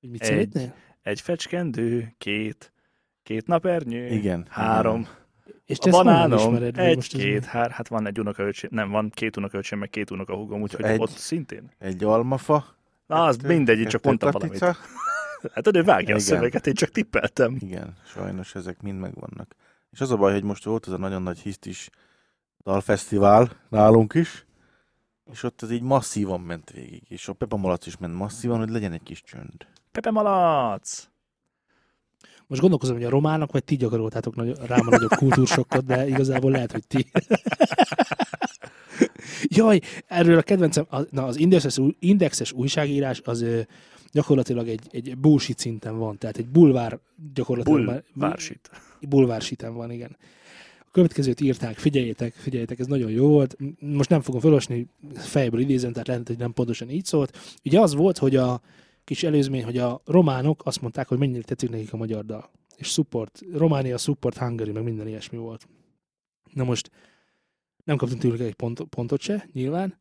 Speaker 2: Hogy mit
Speaker 4: Egy.
Speaker 2: szeretnél?
Speaker 4: Egy fecskendő, két, két napernyő,
Speaker 3: igen.
Speaker 4: három,
Speaker 3: igen.
Speaker 2: És
Speaker 4: a
Speaker 2: te ezt honnan
Speaker 4: banánom,
Speaker 2: ismered, vagy
Speaker 4: egy,
Speaker 2: most ez
Speaker 4: két,
Speaker 2: mi?
Speaker 4: hár, hát van egy unokaöcsém, nem, van két unokaöcsém, meg két unokahúgom, úgyhogy
Speaker 3: Egy.
Speaker 4: ott szintén.
Speaker 3: Egy almafa.
Speaker 4: Na, az
Speaker 3: kettő-
Speaker 4: mindegy, csak
Speaker 3: kettő
Speaker 4: mondtam
Speaker 3: katica.
Speaker 4: valamit. Hát ő vágja
Speaker 3: Igen.
Speaker 4: a szöveget, én csak tippeltem.
Speaker 3: Igen, sajnos ezek mind megvannak. És az a baj, hogy most volt az a nagyon nagy hisztis dalfesztivál nálunk is, és ott ez így masszívan ment végig, és a Pepa Malac is ment masszívan, hogy legyen egy kis csönd.
Speaker 4: Pepe Malac!
Speaker 2: Hát, Most gondolkozom, hogy a románok vagy ti gyakoroltátok nagy, rám a nagyobb kultúrsokkot, de igazából lehet, hogy ti. Jaj, erről a kedvencem, az, na, az indexes, új- indexes újságírás az ö, gyakorlatilag egy, egy bullshit szinten van, tehát egy bulvár gyakorlatilag.
Speaker 4: Bull,
Speaker 2: már-
Speaker 4: vársit.
Speaker 2: bulvársíten van, igen. A következőt írták, figyeljétek, figyeljétek, ez nagyon jó volt. M- Most nem fogom felolvasni, fejből idézem, tehát lehet, hogy nem pontosan így szólt. Ugye az volt, hogy a kis előzmény, hogy a románok azt mondták, hogy mennyire tetszik nekik a magyar dal. És support, Románia, support, Hungary, meg minden ilyesmi volt. Na most nem kaptunk tőlük egy pont, pontot se, nyilván.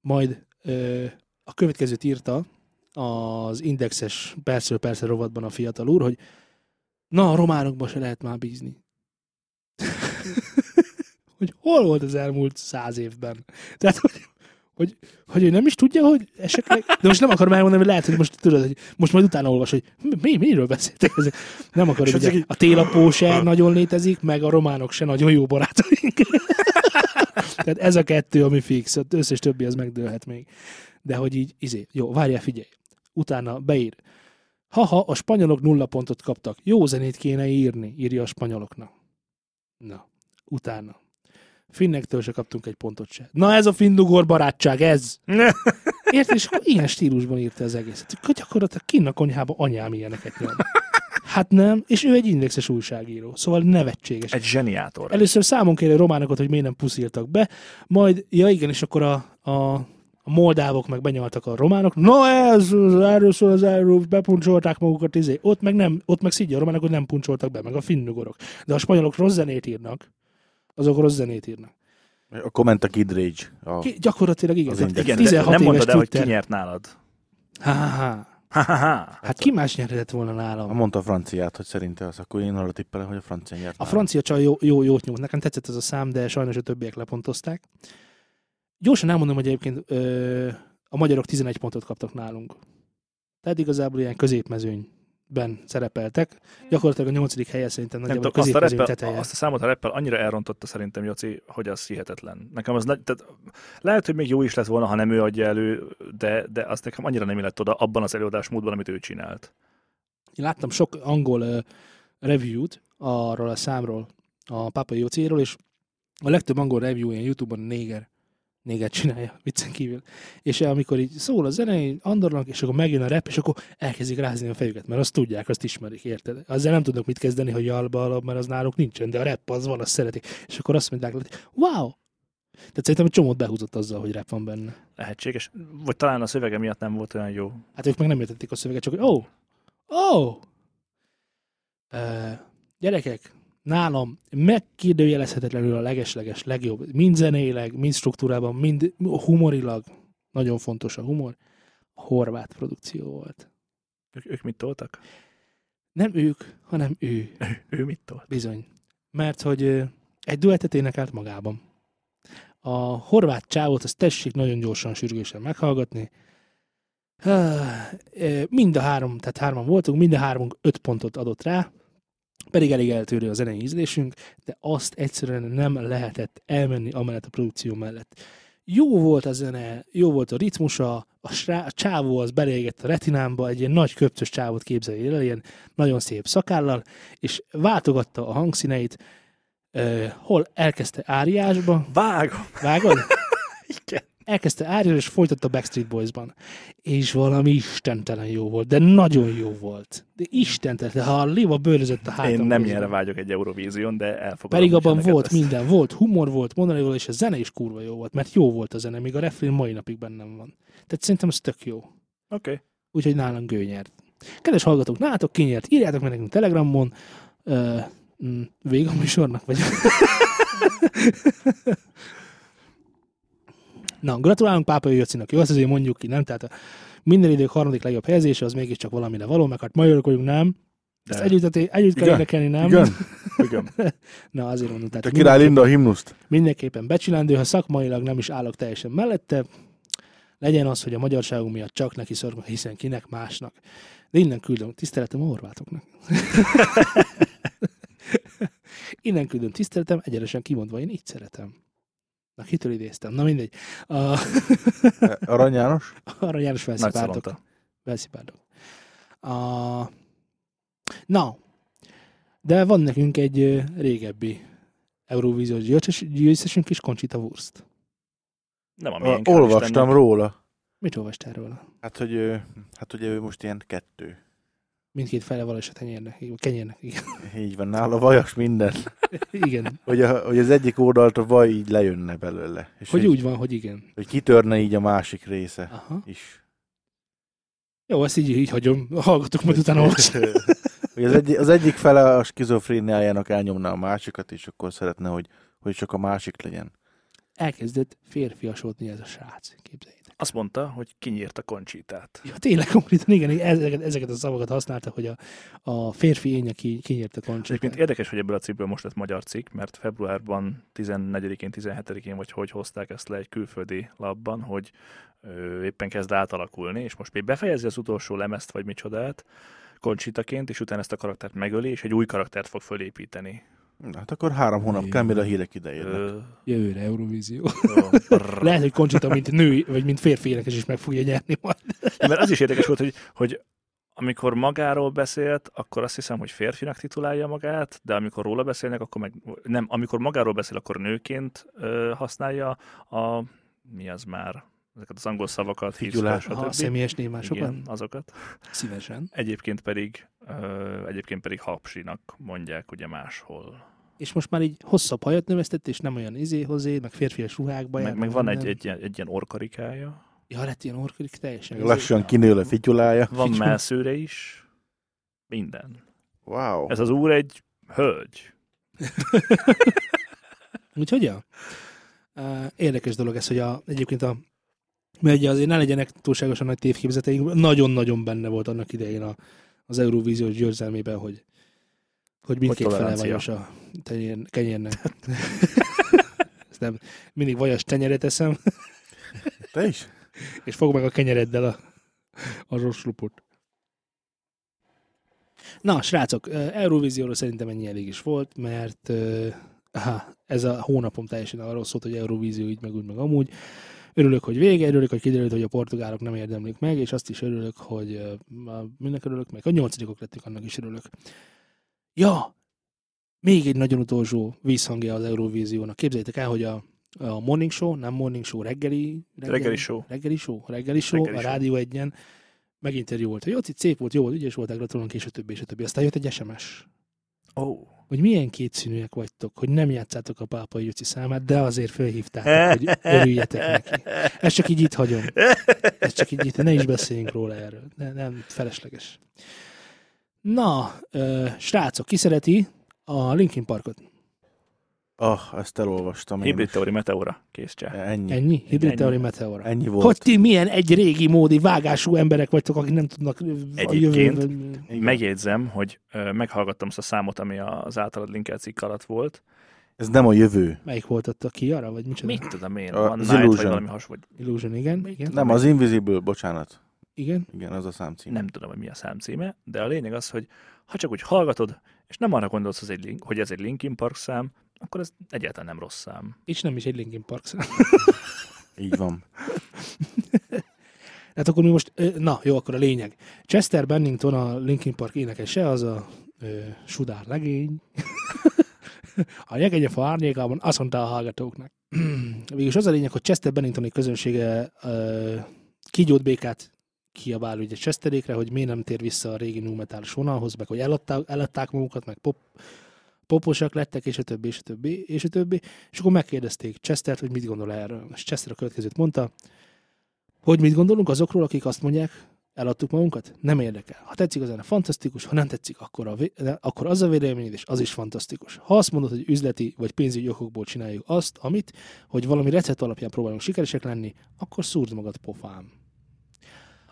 Speaker 2: Majd ö, a következőt írta az indexes persze persze rovatban a fiatal úr, hogy na, a románokban se lehet már bízni. hogy hol volt az elmúlt száz évben? Tehát, hogy, hogy, hogy ő nem is tudja, hogy esetleg... De most nem akarom elmondani, hogy lehet, hogy most tudod, hogy most majd utána olvas, hogy mi, miről beszéltek ezek. Nem akarom,
Speaker 4: És ezek
Speaker 2: hogy
Speaker 4: így-
Speaker 2: a télapó se nagyon létezik, meg a románok se nagyon jó barátaink. Tehát ez a kettő, ami fix, az összes többi az megdőlhet még. De hogy így, izé, jó, várjál, figyelj. Utána beír. Haha, a spanyolok nulla pontot kaptak. Jó zenét kéne írni, írja a spanyoloknak. Na, utána. Finnektől se kaptunk egy pontot se. Na ez a findugor barátság, ez! Érted? És akkor ilyen stílusban írta az egészet. Akkor Gyakorlatilag kinn a konyhába anyám ilyeneket nyom. Hát nem, és ő egy indexes újságíró, szóval nevetséges.
Speaker 4: Egy zseniátor.
Speaker 2: Először számon kérje a románokat, hogy miért nem puszírtak be, majd, ja igen, és akkor a, a, a moldávok meg benyaltak a románok, na ez, az erről szól az erről, bepuncsolták magukat, izé. ott meg nem, ott meg szidja a románok, hogy nem puncsoltak be, meg a finnugorok. De a spanyolok rossz zenét írnak, azok rossz zenét írnak.
Speaker 3: Akkor ment a Kid Rage. A...
Speaker 2: Ki, gyakorlatilag igen,
Speaker 3: Az
Speaker 2: tehát
Speaker 3: index.
Speaker 4: Igen, de
Speaker 2: 16
Speaker 4: nem
Speaker 2: éves
Speaker 4: mondtad el, hogy ki
Speaker 2: Twitter.
Speaker 4: nyert nálad.
Speaker 2: Há, há, há.
Speaker 4: Ha-ha-ha.
Speaker 2: Hát ki más nyerhetett volna
Speaker 3: Ha
Speaker 2: nálam?
Speaker 3: mondta a franciát, hogy szerinte az, akkor én arra tippelem, hogy a francia
Speaker 2: A
Speaker 3: nyert. nála.
Speaker 2: francia csaj jó, jó, jót nyújt. Nekem tetszett ez a szám, de sajnos a többiek lepontozták. Gyorsan elmondom, hogy egyébként ö, a magyarok 11 pontot kaptak nálunk. Tehát igazából ilyen középmezőnyben szerepeltek. Gyakorlatilag a nyolcadik helye szerintem
Speaker 4: Nem
Speaker 2: nagyjából
Speaker 4: tudom, azt a,
Speaker 2: középmezőny
Speaker 4: rappel,
Speaker 2: teteje.
Speaker 4: azt a számot a rappel annyira elrontotta szerintem, Joci, hogy az hihetetlen. Nekem az nagy, tehát lehet, hogy még jó is lett volna, ha nem ő adja elő, de, de az nekem annyira nem illett oda abban az előadás módban, amit ő csinált.
Speaker 2: Én láttam sok angol ö, review-t arról a számról, a Papa Jócéről, és a legtöbb angol review ilyen YouTube-on néger. néget csinálja, viccen kívül. És amikor így szól a zene, így andornak, és akkor megjön a rep, és akkor elkezdik rázni a fejüket, mert azt tudják, azt ismerik, érted? Azzal nem tudnak mit kezdeni, hogy alba alap, mert az náluk nincsen, de a rep az van, azt szeretik. És akkor azt mondják, hogy wow! Tehát szerintem egy csomót behúzott azzal, hogy rep van benne.
Speaker 4: Lehetséges. Vagy talán a szövege miatt nem volt olyan jó.
Speaker 2: Hát ők meg nem értették a szöveget, csak hogy ó, ó! Ö, Gyerekek, nálam megkérdőjelezhetetlenül a legesleges legjobb, mind zeneileg, mind struktúrában, mind humorilag, nagyon fontos a humor, a horvát produkció volt.
Speaker 4: Ők, ők mit toltak?
Speaker 2: Nem ők, hanem ő.
Speaker 4: Ő mit tolt?
Speaker 2: Bizony. Mert hogy ö, egy duettet énekelt magában. A horvát csávót azt tessék nagyon gyorsan, sürgősen meghallgatni. Ah, ö, Mind a három, tehát hárman voltunk, mind a hármunk öt pontot adott rá, pedig elég eltérő a zenei ízlésünk, de azt egyszerűen nem lehetett elmenni amellett a produkció mellett. Jó volt a zene, jó volt a ritmusa, a, srá, a csávó az belégett a retinámba, egy ilyen nagy köpcös csávót képzeljél el, ilyen nagyon szép szakállal, és váltogatta a hangszíneit, ö, hol elkezdte áriásba,
Speaker 4: Vágom!
Speaker 2: vágod?
Speaker 4: Igen.
Speaker 2: elkezdte árjani, és folytatta Backstreet Boys-ban. És valami istentelen jó volt, de nagyon jó volt. De istentelen, de ha a léva bőrözött a hátam.
Speaker 4: Én nem
Speaker 2: közben.
Speaker 4: ilyenre vágyok egy Eurovízión, de elfogadom.
Speaker 2: Hát, Pedig
Speaker 4: hogyha
Speaker 2: abban
Speaker 4: neked
Speaker 2: volt
Speaker 4: lesz.
Speaker 2: minden, volt humor, volt mondani való, és a zene is kurva jó volt, mert jó volt a zene, még a refrén mai napig bennem van. Tehát szerintem ez tök jó.
Speaker 4: Oké. Okay.
Speaker 2: Úgyhogy nálam gő nyert. Kedves hallgatók, nálatok ki nyert, írjátok meg nekünk Telegramon, uh, vége a műsornak, vagy... Na, gratulálunk Pápa Jocinak, jó, azt azért mondjuk ki, nem? Tehát a minden idők harmadik legjobb helyezése, az mégiscsak valamire való, meg hát majorkodjunk, nem? Ezt
Speaker 4: De.
Speaker 2: együtt, együtt kell
Speaker 3: Igen.
Speaker 2: énekelni, nem?
Speaker 3: Igen,
Speaker 4: Ügöm.
Speaker 2: Na, azért mondom, tehát
Speaker 3: te király
Speaker 2: mindenképp-
Speaker 3: Linda a himnuszt.
Speaker 2: mindenképpen becsülendő, ha szakmailag nem is állok teljesen mellette, legyen az, hogy a magyarságunk miatt csak neki szorgunk, hiszen kinek másnak. De innen küldöm tiszteletem a horvátoknak. innen küldöm tiszteletem, egyenesen kimondva, én így szeretem. Na, kitől idéztem? Na mindegy. A,
Speaker 3: Arany János?
Speaker 2: arra János
Speaker 4: Nagy
Speaker 2: felszipárdok.
Speaker 4: szalonta.
Speaker 2: Felszipárdok. A, na, de van nekünk egy ö, régebbi Eurovíziós győztes- győztesünk is, Conchita Wurst.
Speaker 4: Nem a
Speaker 3: A,
Speaker 4: miénk, hál'
Speaker 3: olvastam
Speaker 4: Istennek.
Speaker 3: róla.
Speaker 2: Mit olvastál róla?
Speaker 3: Hát, hogy, ö, hát ugye ő most ilyen kettő.
Speaker 2: Mindkét fele valahogy a tenyérnek, igen, kenyérnek, igen.
Speaker 3: Így van nála, vajas minden.
Speaker 2: igen.
Speaker 3: Hogy, a, hogy az egyik oldalt a vaj így lejönne belőle. És
Speaker 2: Hogy
Speaker 3: hogy,
Speaker 2: úgy van, hogy igen.
Speaker 3: hogy kitörne így a másik része
Speaker 2: Aha.
Speaker 3: is.
Speaker 2: Jó, ezt így, így hagyom. Hallgatok, majd utána olvasom.
Speaker 3: Hogy az, egy, az egyik fele a skizofréniájának elnyomna a másikat, és akkor szeretne, hogy, hogy csak a másik legyen.
Speaker 2: Elkezdett férfiasodni ez a srác, képzeljétek.
Speaker 4: Azt mondta, hogy kinyírt a koncsitát.
Speaker 2: Ja, tényleg konkrétan, igen, igen, ezeket, ezeket a szavakat használta, hogy a, a férfi énje ki, kinyírta a
Speaker 4: És egyébként
Speaker 2: koncsát.
Speaker 4: érdekes, hogy ebből a cikkből most lett magyar cikk, mert februárban 14-én, 17-én, vagy hogy hozták ezt le egy külföldi labban, hogy ö, éppen kezd átalakulni, és most még befejezi az utolsó lemezt, vagy micsodát, koncsitaként, és utána ezt a karaktert megöli, és egy új karaktert fog fölépíteni.
Speaker 3: Na, Hát akkor három hónap kell, mire a hírek idejönnek.
Speaker 4: Ö,
Speaker 2: Jövőre Eurovízió.
Speaker 4: jó, brrr.
Speaker 2: Lehet, hogy Koncsita, mint nő, vagy mint férfi énekes is meg fogja nyerni majd.
Speaker 4: Mert az is érdekes volt, hogy, hogy amikor magáról beszélt, akkor azt hiszem, hogy férfinak titulálja magát, de amikor róla beszélnek, akkor meg nem, amikor magáról beszél, akkor nőként ö, használja a, mi az már, ezeket az angol szavakat,
Speaker 3: Figyulás.
Speaker 4: hívszókat,
Speaker 2: Ha Hát, a
Speaker 4: stb.
Speaker 2: személyes némásokat.
Speaker 4: Igen, azokat.
Speaker 2: Szívesen.
Speaker 4: Egyébként pedig, ö, egyébként pedig hapsinak mondják ugye máshol.
Speaker 2: És most már így hosszabb hajat növesztett, és nem olyan izé hozzé, meg férfias ruhákba
Speaker 4: Meg,
Speaker 2: jár,
Speaker 4: meg van egy,
Speaker 2: minden.
Speaker 4: egy, ilyen- egy ilyen orkarikája,
Speaker 2: Ja, lett ilyen orkodik teljesen. izé.
Speaker 3: Lassan kinő a fityulája.
Speaker 4: van
Speaker 2: Figyul-
Speaker 4: melszőre is, minden.
Speaker 3: Wow.
Speaker 4: Ez az úr egy hölgy.
Speaker 2: Úgyhogy ja. Ö, Érdekes dolog ez, hogy a, egyébként a mert ugye azért ne legyenek túlságosan nagy tévképzeteink, nagyon-nagyon benne volt annak idején a, az Eurovíziós győzelmében, hogy, hogy mindkét fele
Speaker 4: tolerancia.
Speaker 2: vajos a tenyér, kenyérnek. Ezt nem, mindig vajas tenyeret eszem,
Speaker 3: Te is?
Speaker 2: és fog meg a kenyereddel a, a rossz lupot. Na, srácok, ö, Eurovízióról szerintem ennyi elég is volt, mert ö, aha, ez a hónapom teljesen arról szólt, hogy Eurovízió így meg úgy meg amúgy. Örülök, hogy vége, örülök, hogy kiderült, hogy a portugálok nem érdemlik meg, és azt is örülök, hogy ö, ma mindenek örülök, meg a nyolcadikok lettünk, annak is örülök. Ja, még egy nagyon utolsó vízhangja az Eurovíziónak. Képzeljétek el, hogy a a Morning Show, nem Morning Show, reggeli,
Speaker 4: Reggeli show.
Speaker 2: reggeli show, reggeli show,
Speaker 4: Reggeli
Speaker 2: a
Speaker 4: show.
Speaker 2: Rádió egyen meginterjú volt, hogy jó, itt szép volt, jó volt, ügyes voltál, gratulunk, és a többi, és a többi. Aztán jött egy SMS,
Speaker 4: Ó. Oh.
Speaker 2: hogy milyen kétszínűek vagytok, hogy nem játszátok a pápai Juci számát, de azért felhívtátok, hogy örüljetek neki. Ezt csak így itt hagyom. Ezt csak így itt, ne is beszéljünk róla erről. Ne, nem, felesleges. Na, ö, srácok, ki szereti a Linkin Parkot?
Speaker 3: Ah, ezt elolvastam. én
Speaker 4: Hibrid
Speaker 3: is.
Speaker 4: teori meteora. Kész csá.
Speaker 3: Ennyi. Ennyi,
Speaker 2: Ennyi? Hibrid
Speaker 4: Ennyi.
Speaker 2: Theory Meteora.
Speaker 3: Ennyi volt.
Speaker 2: Hogy ti milyen egy régi módi vágású emberek vagytok, akik nem tudnak ö, a
Speaker 4: Egyébként.
Speaker 2: jövőben...
Speaker 3: Igen.
Speaker 4: Megjegyzem, hogy ö, meghallgattam azt a számot, ami az általad linkelt cikk alatt volt.
Speaker 3: Ez nem a jövő.
Speaker 2: Melyik volt ott a Kiara, vagy micsoda?
Speaker 4: Mit tudom én?
Speaker 3: A-
Speaker 4: Van
Speaker 3: az
Speaker 4: Night, vagy
Speaker 3: Illusion.
Speaker 4: valami has, vagy
Speaker 2: Illusion, igen. igen.
Speaker 3: Nem, az Invisible, bocsánat.
Speaker 2: Igen.
Speaker 3: Igen, az a számcím.
Speaker 4: nem tudom, hogy mi a szám címe, de a lényeg az, hogy ha csak úgy hallgatod, és nem arra gondolsz, hogy ez egy, link, hogy ez egy Linkin Park szám, akkor ez egyáltalán nem rossz szám.
Speaker 2: És nem is egy Linkin Park szám.
Speaker 3: Így van.
Speaker 2: Hát akkor mi most, ö, na jó, akkor a lényeg. Chester Bennington a Linkin Park énekese, az a ö, sudár legény. a jegegyefa árnyékában azt mondta a hallgatóknak. Végülis az a lényeg, hogy Chester Benningtoni közönsége ö, kigyót békát kiabál ugye Chesterékre, hogy miért nem tér vissza a régi nu metálos vonalhoz, meg hogy eladták, eladták magukat, meg pop, poposak lettek, és a többi, és a többi, és a többi. És akkor megkérdezték Chestert, hogy mit gondol erről. És Chester a következőt mondta, hogy mit gondolunk azokról, akik azt mondják, eladtuk magunkat? Nem érdekel. Ha tetszik a zene, fantasztikus, ha nem tetszik, akkor, a vé- de akkor az a véleményed, és az is fantasztikus. Ha azt mondod, hogy üzleti vagy pénzügyi okokból csináljuk azt, amit, hogy valami recept alapján próbálunk sikeresek lenni, akkor szúrd magad pofám.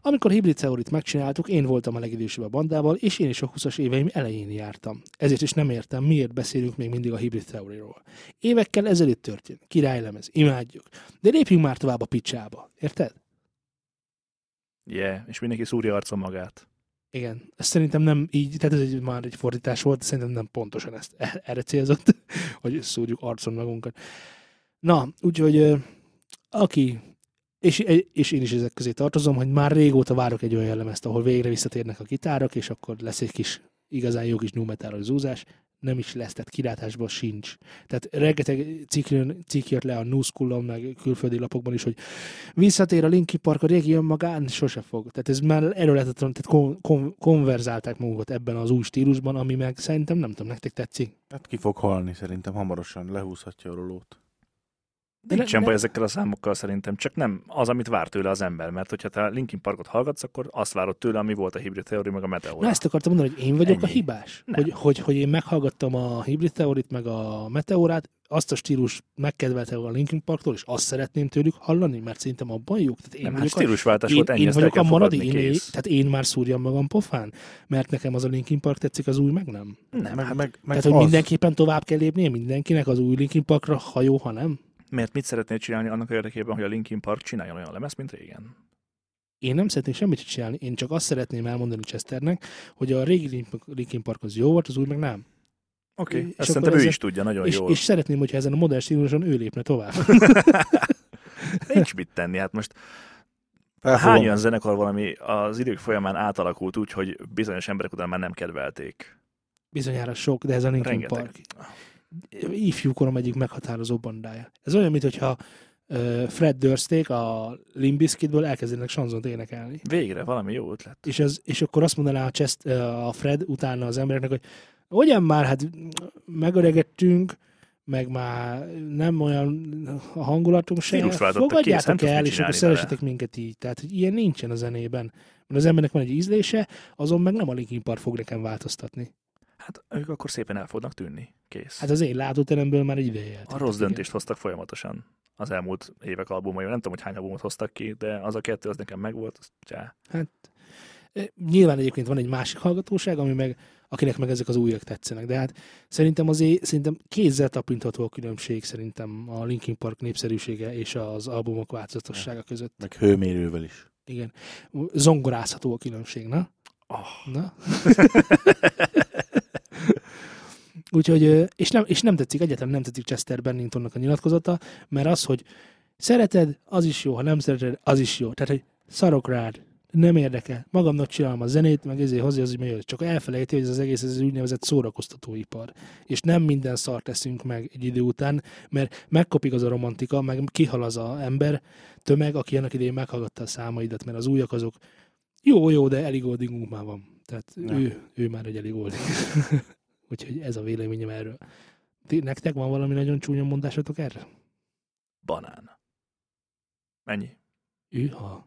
Speaker 2: Amikor hibrid teorit megcsináltuk, én voltam a legidősebb a bandával, és én is a 20-as éveim elején jártam. Ezért is nem értem, miért beszélünk még mindig a hibrid teoriról. Évekkel ezelőtt történt. Királylemez, imádjuk. De lépjünk már tovább a picsába. Érted?
Speaker 4: Yeah, és mindenki szúrja arcon magát.
Speaker 2: Igen, ezt szerintem nem így, tehát ez egy, már egy fordítás volt, szerintem nem pontosan ezt e- erre célzott, hogy szúrjuk arcon magunkat. Na, úgyhogy ö, aki, és, e, és én is ezek közé tartozom, hogy már régóta várok egy olyan lemezt, ahol végre visszatérnek a gitárak, és akkor lesz egy kis, igazán jó kis nyúmetáros zúzás, nem is lesz, tehát kilátásban sincs. Tehát rengeteg cikk jön- cikk jött le a New School-on, meg külföldi lapokban is, hogy visszatér a Linkin Park a régi önmagán, sose fog. Tehát ez már erőletetlen, tehát kon, kon, konverzálták magukat ebben az új stílusban, ami meg szerintem, nem tudom, nektek tetszik.
Speaker 3: Hát ki fog halni szerintem hamarosan, lehúzhatja a rolót.
Speaker 2: De ne-
Speaker 4: Nincsen
Speaker 2: ne-
Speaker 4: baj ezekkel a számokkal szerintem, csak nem az, amit vár tőle az ember, mert hogyha te Linkin Parkot hallgatsz, akkor azt várod tőle, ami volt a Hybrid Theory meg a Meteor.
Speaker 2: Na ezt akartam mondani, hogy én vagyok Ennyi. a
Speaker 4: Ennyi.
Speaker 2: hibás.
Speaker 4: Nem.
Speaker 2: Hogy, hogy, hogy, én meghallgattam a Hybrid Theorit, meg a Meteorát, azt a stílus megkedveltem a Linkin Parktól, és azt szeretném tőlük hallani, mert szerintem abban jók. Tehát én
Speaker 4: nem, hát
Speaker 2: vagyok a-
Speaker 4: stílusváltás volt, ennyi,
Speaker 2: én
Speaker 4: ezt el
Speaker 2: vagyok a
Speaker 4: kell
Speaker 2: maradi,
Speaker 4: fogadni,
Speaker 2: én,
Speaker 4: kész.
Speaker 2: tehát én már szúrjam magam pofán, mert nekem az a Linkin Park tetszik, az új meg nem.
Speaker 4: Nem,
Speaker 3: meg,
Speaker 4: hát
Speaker 3: meg, meg
Speaker 2: Tehát, hogy
Speaker 3: az.
Speaker 2: mindenképpen tovább kell lépnie mindenkinek az új Linkin Parkra, ha jó, ha nem.
Speaker 4: mert mit szeretnél csinálni annak érdekében, hogy a Linkin Park csináljon olyan lemezt, mint régen?
Speaker 2: Én nem szeretnék semmit csinálni, én csak azt szeretném elmondani Chesternek, hogy a régi Linkin- Linkin Park az jó volt, az új meg nem.
Speaker 4: Oké,
Speaker 2: És
Speaker 4: okay.
Speaker 2: akkor
Speaker 4: ezt szerintem ő
Speaker 2: ezzel-
Speaker 4: is tudja nagyon
Speaker 2: És,
Speaker 4: jól.
Speaker 2: és szeretném, hogyha ezen a modern stíluson ő lépne tovább.
Speaker 4: Nincs mit tenni, hát most
Speaker 3: Felfogom.
Speaker 4: Hány olyan zenekar valami az idők folyamán átalakult úgy, hogy bizonyos emberek után már nem kedvelték?
Speaker 2: Bizonyára sok, de ez a Linkin
Speaker 4: Rengeteg.
Speaker 2: Park. Ifjúkorom egyik meghatározó bandája. Ez olyan, mintha ö, Fred Dursték a Limbiskitből elkezdenek sanzont énekelni.
Speaker 4: Végre valami jó ötlet.
Speaker 2: És, ez, és akkor azt mondaná a, Chest, ö, a Fred utána az embereknek, hogy ugyan már, hát megöregettünk, meg már nem olyan a hangulatunk se,
Speaker 4: Stílusváltottak, kész,
Speaker 2: fogadjátok
Speaker 4: nem tudsz
Speaker 2: el,
Speaker 4: mit
Speaker 2: és akkor
Speaker 4: csinálni
Speaker 2: szeressetek minket így. Tehát hogy ilyen nincsen a zenében. Mert az embernek van egy ízlése, azon meg nem a Linkin Park fog nekem változtatni.
Speaker 4: Hát ők akkor szépen el fognak tűnni. Kész.
Speaker 2: Hát
Speaker 4: Hát
Speaker 2: az én látóteremből már egy ideje eltelt.
Speaker 4: a rossz
Speaker 2: Igen.
Speaker 4: döntést hoztak folyamatosan az elmúlt évek albumai. Nem tudom, hogy hány albumot hoztak ki, de az a kettő az nekem megvolt. Az, csá.
Speaker 2: Nyilván egyébként van egy másik hallgatóság, ami meg, akinek meg ezek az újak tetszenek, de hát szerintem azért szerintem kézzel tapintható a különbség szerintem a Linkin Park népszerűsége és az albumok változatossága között.
Speaker 3: Meg hőmérővel is.
Speaker 2: Igen. Zongorázható a különbség, na?
Speaker 4: Oh.
Speaker 2: Na? Úgyhogy, ö, és nem, és nem tetszik, egyáltalán nem tetszik Chester Benningtonnak a nyilatkozata, mert az, hogy szereted, az is jó, ha nem szereted, az is jó. Tehát, hogy szarok rád, nem érdekel. Magamnak csinálom a zenét, meg ezért hozzá az, hogy miért. Csak elfelejti, hogy ez az egész ez az úgynevezett szórakoztatóipar. És nem minden szart teszünk meg egy idő után, mert megkopik az a romantika, meg kihal az a ember tömeg, aki annak idején meghallgatta a számaidat, mert az újak azok jó, jó, de elég oldingunk már van. Tehát
Speaker 3: Ja.
Speaker 2: ő, ő már egy elég olding. Úgyhogy ez a véleményem erről. Ti, nektek van valami nagyon csúnya mondásatok erre?
Speaker 4: Banán. Ennyi.
Speaker 2: Üha.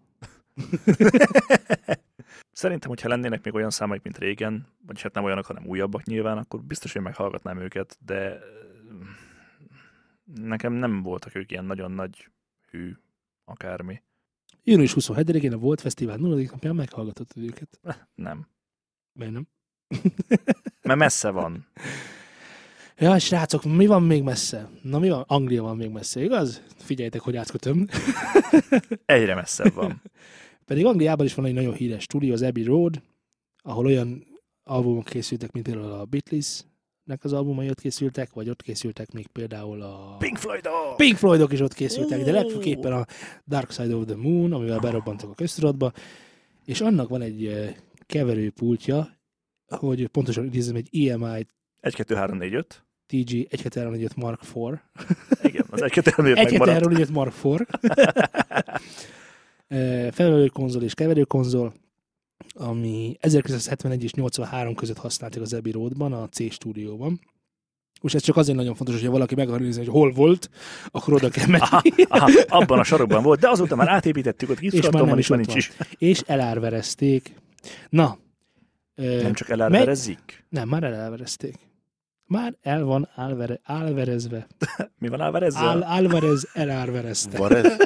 Speaker 4: Szerintem, hogyha lennének még olyan számaik, mint régen, vagyis hát nem olyanok, hanem újabbak nyilván, akkor biztos, hogy meghallgatnám őket, de mm, nekem nem voltak ők ilyen nagyon nagy hű akármi.
Speaker 2: Június 27-én a Volt Fesztivál 0. napján meghallgathatod őket.
Speaker 4: Nem.
Speaker 2: Miért nem?
Speaker 4: Mert messze van.
Speaker 2: Ja, srácok, mi van még messze? Na mi van? Anglia van még messze, igaz? Figyeljtek, hogy átkötöm.
Speaker 4: Egyre messzebb van.
Speaker 2: Pedig Angliában is van egy nagyon híres stúdió, az Abbey Road, ahol olyan albumok készültek, mint például a Beatles-nek az albumai ott készültek, vagy ott készültek még például a...
Speaker 4: Pink floyd
Speaker 2: Pink Floydok is ott készültek, de
Speaker 4: Ó.
Speaker 2: legfőképpen a Dark Side of the Moon, amivel berobbantak a köztudatba, és annak van egy eh, keverőpultja, hogy pontosan idézem egy E EMI
Speaker 4: 1, 2, 3, 4, 5.
Speaker 2: TG 1245 Mark IV,
Speaker 4: Igen, az 1, 2, 3,
Speaker 2: Egy
Speaker 4: 4, 5
Speaker 2: hete
Speaker 4: megmaradt.
Speaker 2: erről írt Mark IV. Ö, Felvevőkonzol és keverőkonzol, ami 1971 és 83 között használták az Abbey Roadban, a C stúdióban. És ez csak azért nagyon fontos, hogyha valaki meg akarja nézni, hogy hol volt, akkor oda kell
Speaker 4: Aha,
Speaker 2: menni.
Speaker 4: aha, abban a sarokban volt, de azóta már átépítettük, ott
Speaker 2: már nem
Speaker 4: kiszkartomban
Speaker 2: is
Speaker 4: is már
Speaker 2: ott
Speaker 4: nincs is.
Speaker 2: és elárverezték. Na, ö,
Speaker 4: Nem csak elárverezik.
Speaker 2: nem, már elárverezték. Már el van álvere, álverezve.
Speaker 4: Mi van elverezzel?
Speaker 2: Ál, álverez elárverezte.
Speaker 3: Varez?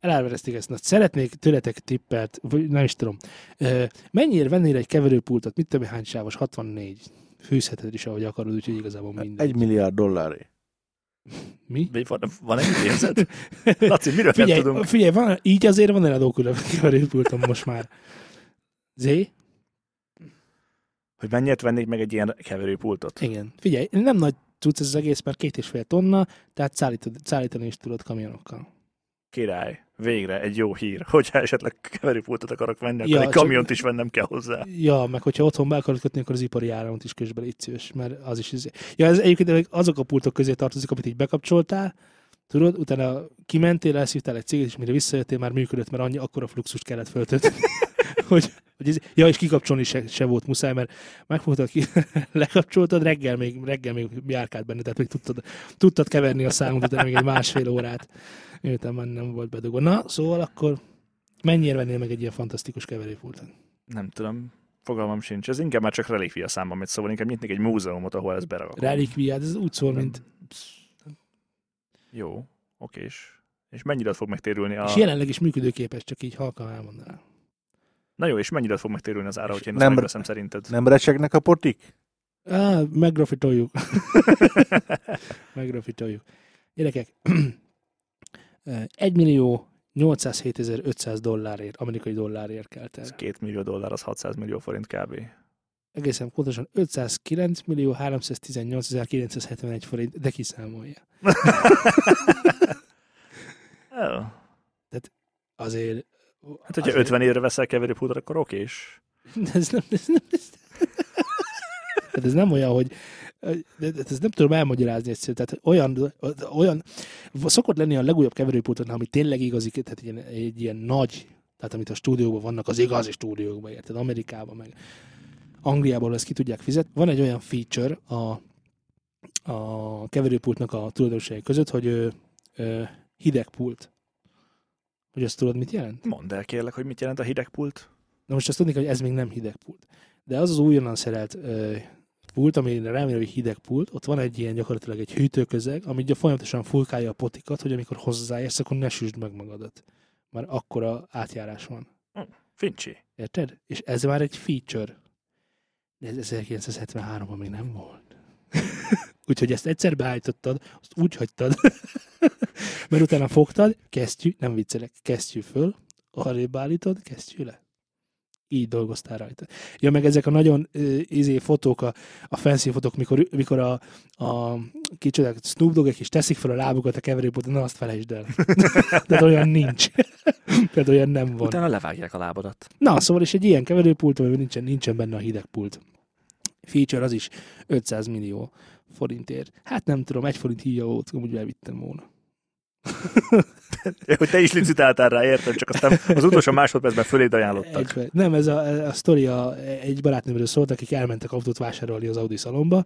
Speaker 2: elárverezték ezt. Na, szeretnék tőletek tippet, vagy nem is tudom. Ö, Mennyire vennél egy keverőpultot, mit tudom, én, hány sávos, 64? Fűzheted is, ahogy akarod, úgyhogy igazából minden.
Speaker 3: Egy milliárd dolláré.
Speaker 2: Mi?
Speaker 4: Mi Van, van egy idézet? Laci, miről nem
Speaker 2: Figyelj,
Speaker 4: tudunk?
Speaker 2: figyelj van, így azért van eladó külön keverőpultom most már. Zé?
Speaker 4: Hogy mennyiért vennék meg egy ilyen keverőpultot?
Speaker 2: Igen. Figyelj, nem nagy tudsz ez az egész, mert két és fél tonna, tehát szállítod, szállítani is tudod kamionokkal.
Speaker 4: Király, végre egy jó hír. Hogyha esetleg keverőpultot akarok venni, akkor
Speaker 2: Ja,
Speaker 4: ja, egy
Speaker 2: csak-
Speaker 4: kamiont is vennem kell hozzá.
Speaker 2: Ja, meg hogyha otthon be akarod kötni, akkor az ipari áramot is közben légy szíves, mert az is... Izé. Ja, ez egyébként azok a pultok közé tartozik, amit így bekapcsoltál, tudod, utána kimentél, elszívtál egy céget, és mire visszajöttél, már működött, mert annyi akkora fluxust kellett föltölteni. hogy, hogy ez, ja, és kikapcsolni se, se, volt muszáj, mert megfogtad ki, lekapcsoltad, reggel még, reggel még járkált benne, tehát még tudtad, tudtad keverni a számot, utána még egy másfél órát. Miután már nem volt bedugva. Na, szóval akkor mennyire vennél meg egy ilyen fantasztikus keverőpultot?
Speaker 4: Nem tudom, fogalmam sincs. Ez inkább már csak relikvia számba megy, szóval inkább nyitnék egy múzeumot, ahol ez beragakom.
Speaker 2: Relikviád, hát ez úgy szól,
Speaker 4: Nem.
Speaker 2: mint...
Speaker 4: Jó, okés. És mennyire fog megtérülni a...
Speaker 2: És jelenleg is működőképes, csak így halkan elmondanám.
Speaker 4: Na jó, és mennyire fog megtérülni az ára, hogyha én
Speaker 3: Nem-
Speaker 4: nem megveszem szerinted?
Speaker 3: Nem recsegnek a potik?
Speaker 2: Á, megrafitoljuk. megrafitoljuk. Gyerekek, 1 millió 807.500 dollárért, amerikai dollárért kelt el.
Speaker 4: Ez két millió dollár, az 600 millió forint kb.
Speaker 2: Egészen pontosan 509 millió 318.971 forint, de kiszámolja.
Speaker 4: Ö,
Speaker 2: Azért...
Speaker 4: Hát, hogyha 50 évre veszel keverőpultot, akkor okés.
Speaker 2: Ez nem, ez nem, ez Tehát ez nem olyan, hogy de- de ez nem tudom elmagyarázni egyszerűen. Tehát olyan, olyan szokott lenni a legújabb keverőpultoknál, ami tényleg igazi, tehát egy ilyen, egy ilyen nagy, tehát amit a stúdióban vannak, az igazi stúdiókban, érted? Amerikában meg Angliából ezt ki tudják fizetni. Van egy olyan feature a, a keverőpultnak a tulajdonosai között, hogy ö, ö, hideg pult. Hogy azt tudod, mit jelent?
Speaker 4: Mondd el kérlek, hogy mit jelent a hidegpult.
Speaker 2: Na most azt tudni kell, hogy ez még nem hidegpult. De az az újonnan szerelt ö, pult, amire remélem, hogy hidegpult, ott van egy ilyen gyakorlatilag egy hűtőközeg, ami ugye folyamatosan fulkálja a potikat, hogy amikor hozzáérsz, akkor ne süsd meg magadat. Már akkora átjárás van.
Speaker 4: Fincsi.
Speaker 2: Érted? És ez már egy feature. De ez 1973-ban még nem volt. Úgyhogy ezt egyszer beállítottad, azt úgy hagytad, mert utána fogtad, kesztyű, nem viccelek, kesztyű föl, arrébb állítod, kesztyű le. így dolgoztál rajta. Ja, meg ezek a nagyon ö, izé fotók, a, a fancy fotók, mikor, mikor a, a kicsodák, Snoop Dogg-ek is teszik fel a lábukat a keverőpóton, na azt felejtsd el. Tehát olyan nincs. Tehát olyan nem van.
Speaker 4: Utána levágják a lábadat.
Speaker 2: Na, szóval is egy ilyen keverőpult, amiben nincsen, nincsen benne a hidegpult. Feature az is 500 millió forintért. Hát nem tudom, egy forint híja volt, amúgy elvittem volna.
Speaker 4: Hogy te is licitáltál rá, érted? Csak aztán az utolsó másodpercben föléd
Speaker 2: Egy,
Speaker 4: ajánlottak.
Speaker 2: perc. nem, ez a, a sztoria egy barátnőmről szólt, akik elmentek autót vásárolni az Audi szalomba,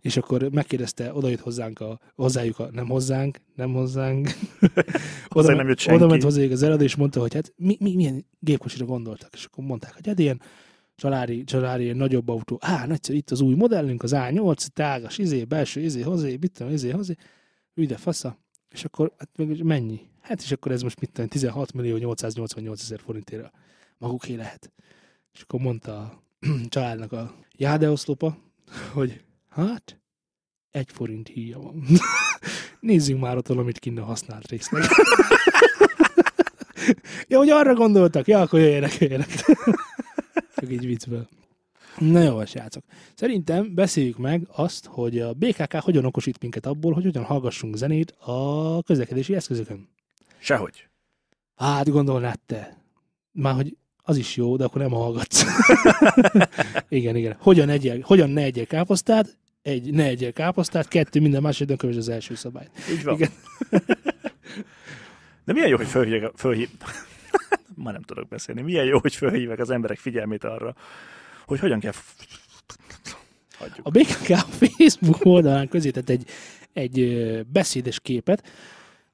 Speaker 2: és akkor megkérdezte, oda jött hozzánk a, hozzájuk a, nem hozzánk, nem hozzánk.
Speaker 4: Hozzánk nem jött senki.
Speaker 2: Oda ment hozzájuk az eladó, és mondta, hogy hát mi, mi, milyen gépkocsira gondoltak, és akkor mondták, hogy hát ilyen családi, családi ilyen nagyobb autó. Á, nagyszerű, itt az új modellünk, az A8, tágas, izé, belső, izé, hozé, mit tudom, izé, hozé. Ügy de fasza. És akkor, hát meg mennyi? Hát és akkor ez most mit tudom, 16 millió 888 ezer forintért maguké lehet. És akkor mondta a családnak a jádeoszlopa, hogy hát, egy forint híja van. Nézzünk már ott valamit kinn a használt résznek. ja, hogy arra gondoltak, ja, akkor jöjjenek, jöjjenek. Csak így viccből. Na jó, srácok. Szerintem beszéljük meg azt, hogy a BKK hogyan okosít minket abból, hogy hogyan hallgassunk zenét a közlekedési eszközökön.
Speaker 4: Sehogy.
Speaker 2: Hát gondolnád te. Már hogy az is jó, de akkor nem hallgatsz. igen, igen. Hogyan, egyel, hogyan ne egyél káposztát? Egy, ne egyél káposztát, kettő, minden másodikon kövess az első szabályt.
Speaker 4: Így van.
Speaker 2: Igen.
Speaker 4: De milyen jó, hogy fölhívják, fölhív... Már nem tudok beszélni. Milyen jó, hogy fölhívják az emberek figyelmét arra, hogy hogyan kell... Hagyjuk.
Speaker 2: A BKK a Facebook oldalán közé tett egy, egy ö, beszédes képet,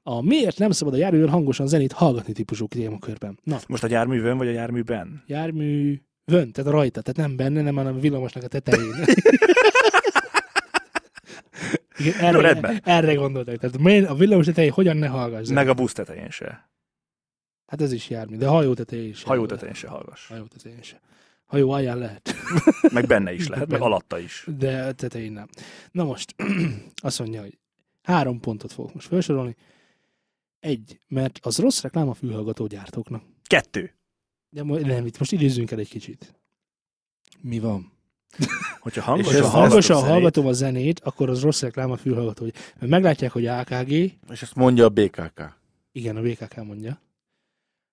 Speaker 2: a miért nem szabad a járművel hangosan zenét hallgatni típusú témakörben. Na,
Speaker 4: Most a járművön vagy a járműben?
Speaker 2: jármű vön, tehát rajta, tehát nem benne, nem, hanem a villamosnak a tetején. Igen,
Speaker 4: Jó,
Speaker 2: erre,
Speaker 4: rendben.
Speaker 2: erre gondoltak. Tehát miért a villamos tetején hogyan ne hallgass zenét?
Speaker 4: Meg a busz tetején se.
Speaker 2: Hát ez is jármű, de hajó tetején is.
Speaker 4: Hajó tetején se hallgass.
Speaker 2: Hajó tetején se. Hajó alján lehet,
Speaker 4: Meg benne is lehet, meg alatta is.
Speaker 2: de tetején nem. Na most, azt mondja, hogy három pontot fogok most felsorolni. Egy, mert az rossz reklám a fülhallgató gyártóknak.
Speaker 4: Kettő.
Speaker 2: De mo- nem, itt most idézzünk el egy kicsit. Mi van?
Speaker 4: Hogyha
Speaker 3: És
Speaker 2: És
Speaker 4: hangosan
Speaker 2: ha hangosan
Speaker 3: ez
Speaker 4: hallgatom zenét-
Speaker 2: hallgatom a zenét, akkor az rossz reklám a fülhallgató. Mert meglátják, hogy AKG,
Speaker 3: És ezt mondja a BKK.
Speaker 2: igen, a BKK mondja.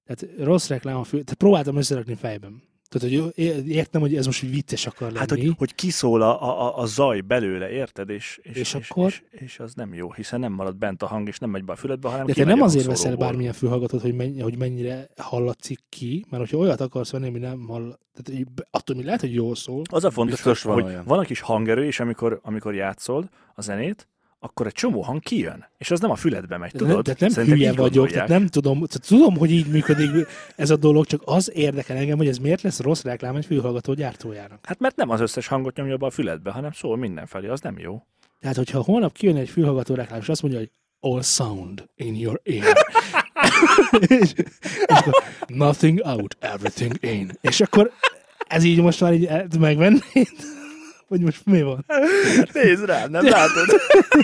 Speaker 2: Tehát rossz reklám a fül... Tehát próbáltam összerakni fejben. Tehát, hogy é- értem, hogy ez most vicces akar lenni.
Speaker 4: Hát, hogy, hogy kiszól a, a, a- a zaj belőle, érted? És, és,
Speaker 2: És akkor?
Speaker 4: És, és az nem jó, hiszen nem marad bent a hang, és nem megy be a füledbe, hanem
Speaker 2: De te
Speaker 4: kimegy
Speaker 2: nem
Speaker 4: a
Speaker 2: azért veszel
Speaker 4: hangszóróból.
Speaker 2: bármilyen fülhallgatót, hogy, menny- hogy mennyire hallatszik ki, mert hogyha olyat akarsz venni, ami nem hall... Tehát hogy be- attól mi lehet, hogy jól szól.
Speaker 4: Az a fontos,
Speaker 3: Biztos
Speaker 4: hogy,
Speaker 3: van
Speaker 4: hogy
Speaker 3: olyan.
Speaker 4: van a kis hangerő, és amikor, amikor játszol a zenét, akkor egy csomó hang kijön, és az nem a füledbe megy,
Speaker 2: Tehát nem,
Speaker 4: tudod?
Speaker 2: tehát nem
Speaker 4: Szerintem
Speaker 2: hülye
Speaker 4: így
Speaker 2: vagyok,
Speaker 4: gondolják.
Speaker 2: tehát nem tudom, tehát tudom, hogy így működik ez a dolog, csak az érdekel engem, hogy ez miért lesz rossz reklám egy fülhallgató gyártójának.
Speaker 4: Hát mert nem az összes hangot nyomja be a füledbe, hanem szól mindenfelé, az nem jó.
Speaker 2: Tehát, hogyha holnap kijön egy fülhallgató reklám, és azt mondja, hogy all sound in your ear. és, és akkor nothing out, everything in. És akkor ez így most már így el- megvennéd? Vagy most mi van?
Speaker 4: Nézd rám, nem látod?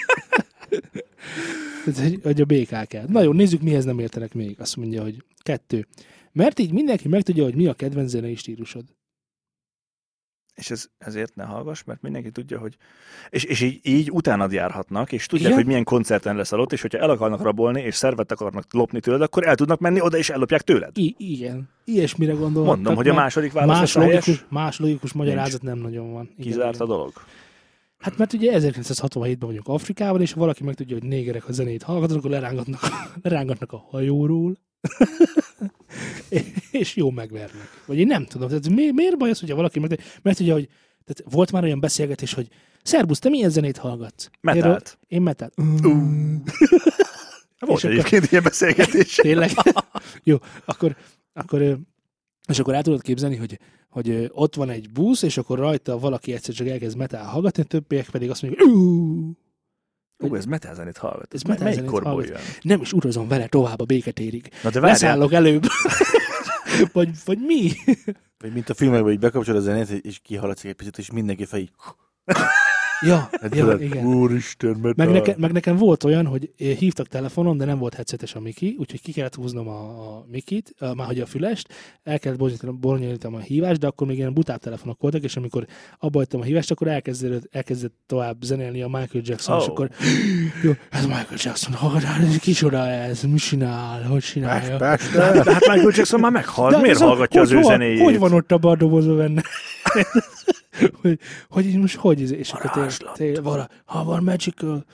Speaker 2: Tehát, hogy- hogy a BKK. Na jó, nézzük, mihez nem értenek még. Azt mondja, hogy kettő. Mert így mindenki megtudja, hogy mi a kedvenc zenei stílusod.
Speaker 4: és ez, ezért ne hallgass, mert mindenki tudja, hogy... És, és így, így utánad járhatnak, és tudják,
Speaker 2: Igen.
Speaker 4: hogy milyen koncerten leszel ott, és hogyha el akarnak rabolni, és szervet akarnak lopni tőled, akkor el tudnak menni oda, és ellopják tőled.
Speaker 2: I- igen. Ilyesmire gondolok.
Speaker 4: Mondom, hogy a második válasz
Speaker 2: más
Speaker 4: a teljes,
Speaker 2: logikus, más logikus magyarázat nem nagyon van. Igen,
Speaker 4: kizárt
Speaker 2: igen.
Speaker 4: a dolog.
Speaker 2: Hát mert ugye 1967-ben vagyunk Afrikában, és ha valaki meg tudja, hogy négerek a zenét hallgatnak, akkor lerángatnak, lerángatnak a hajóról, és jó megvernek. Vagy én nem tudom, tehát mi, miért baj az, hogyha valaki meg mert ugye, hogy tehát volt már olyan beszélgetés, hogy Szerbusz, te milyen zenét hallgatsz?
Speaker 4: Metált.
Speaker 2: Erről- Én metált.
Speaker 4: Volt
Speaker 2: És akkor-
Speaker 4: egyébként ilyen beszélgetés.
Speaker 2: Tényleg? Jó, akkor, akkor ö, és akkor el tudod képzelni, hogy, hogy ö, ott van egy busz, és akkor rajta valaki egyszer csak elkezd metal hallgatni, a többiek pedig azt mondják, "Ú,
Speaker 4: Ú, ez metalzenét hallgat.
Speaker 2: Ez
Speaker 4: Ez
Speaker 2: metal
Speaker 4: melyik
Speaker 2: zenét
Speaker 4: korból
Speaker 2: hallgat.
Speaker 4: jön?
Speaker 2: nem is utazom vele tovább a béketérig.
Speaker 4: Na de várjál,
Speaker 2: Leszállok előbb. vagy, vagy mi?
Speaker 3: Vagy mint a filmekben, hogy bekapcsolod a zenét, és kihaladszik egy picit, és mindenki fel így...
Speaker 2: Ja,
Speaker 3: Hát
Speaker 2: ja
Speaker 3: tudod,
Speaker 2: igen.
Speaker 3: Úristen, mert
Speaker 2: Meg,
Speaker 3: a-
Speaker 2: neke, meg nekem volt olyan, hogy hívtak telefonon, de nem volt headsetes a Miki, úgyhogy ki kellett húznom a, a Mikit, a, már hogy a fülest, el kellett bonyolítanom, bonyolítanom a hívást, de akkor még ilyen butább telefonok voltak, és amikor abba hagytam a hívást, akkor elkezdett, elkezdett tovább zenélni a Michael Jackson, oh. és
Speaker 4: Oh.
Speaker 2: akkor jó, ez Michael Jackson, hallgatál, ez kicsoda ez, mi csinál, hogy
Speaker 3: Pest,
Speaker 2: csinálja.
Speaker 3: Pest, de-
Speaker 4: De hát Michael Jackson már meghalt,
Speaker 2: De
Speaker 4: miért
Speaker 2: ez a-
Speaker 4: hallgatja az
Speaker 2: hogy
Speaker 4: ő
Speaker 2: van-
Speaker 4: zenéjét?
Speaker 2: Hogy van ott abban a dobozba benne? hogy, hogy így most, hogy ez? És akkor tél,
Speaker 4: Varázslat.
Speaker 2: tél, vala, ha van magical,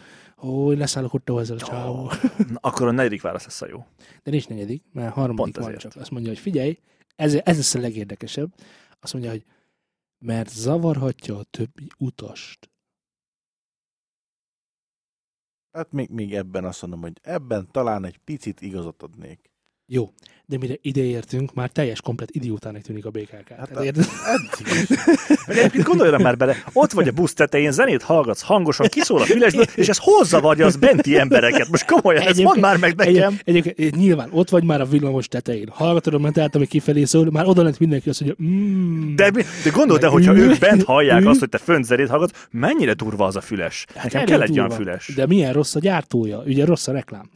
Speaker 2: ó, én leszállok ott ezzel a csávó.
Speaker 4: Na, akkor a negyedik válasz lesz a jó.
Speaker 2: De nincs negyedik, mert harmadik
Speaker 4: Pont
Speaker 2: van
Speaker 4: ezért.
Speaker 2: csak. Azt mondja, hogy figyelj, ez, ez lesz a legérdekesebb. Azt mondja, hogy mert zavarhatja a többi utast.
Speaker 3: Hát még, még ebben azt mondom, hogy ebben talán egy picit igazat adnék.
Speaker 2: Jó, de mire ideértünk, már teljes komplet idiótának tűnik a BKK.
Speaker 3: Hát
Speaker 2: Hát
Speaker 3: a-
Speaker 2: érted?
Speaker 3: Eddig is.
Speaker 4: Meg egyébként gondolj rá már bele, ott vagy a busz tetején, zenét hallgatsz hangosan, kiszól a fülesből, és ez hozzavarja az benti embereket. Most komolyan, ez mondd már meg nekem.
Speaker 2: Egy, egyébként eh, nyilván ott vagy már a villamos tetején. Hallgatod a mentát, ami kifelé szól, már oda lent mindenki azt mondja, mm,
Speaker 4: De, mi- de gondold el, hogyha ők bent hallják azt, hogy te fönt zenét hallgatsz, mennyire durva az a füles. Nekem
Speaker 2: elég
Speaker 4: kell egy olyan
Speaker 2: Hát durva.
Speaker 4: füles.
Speaker 2: De milyen rossz a gyártója, ugye rossz a reklám.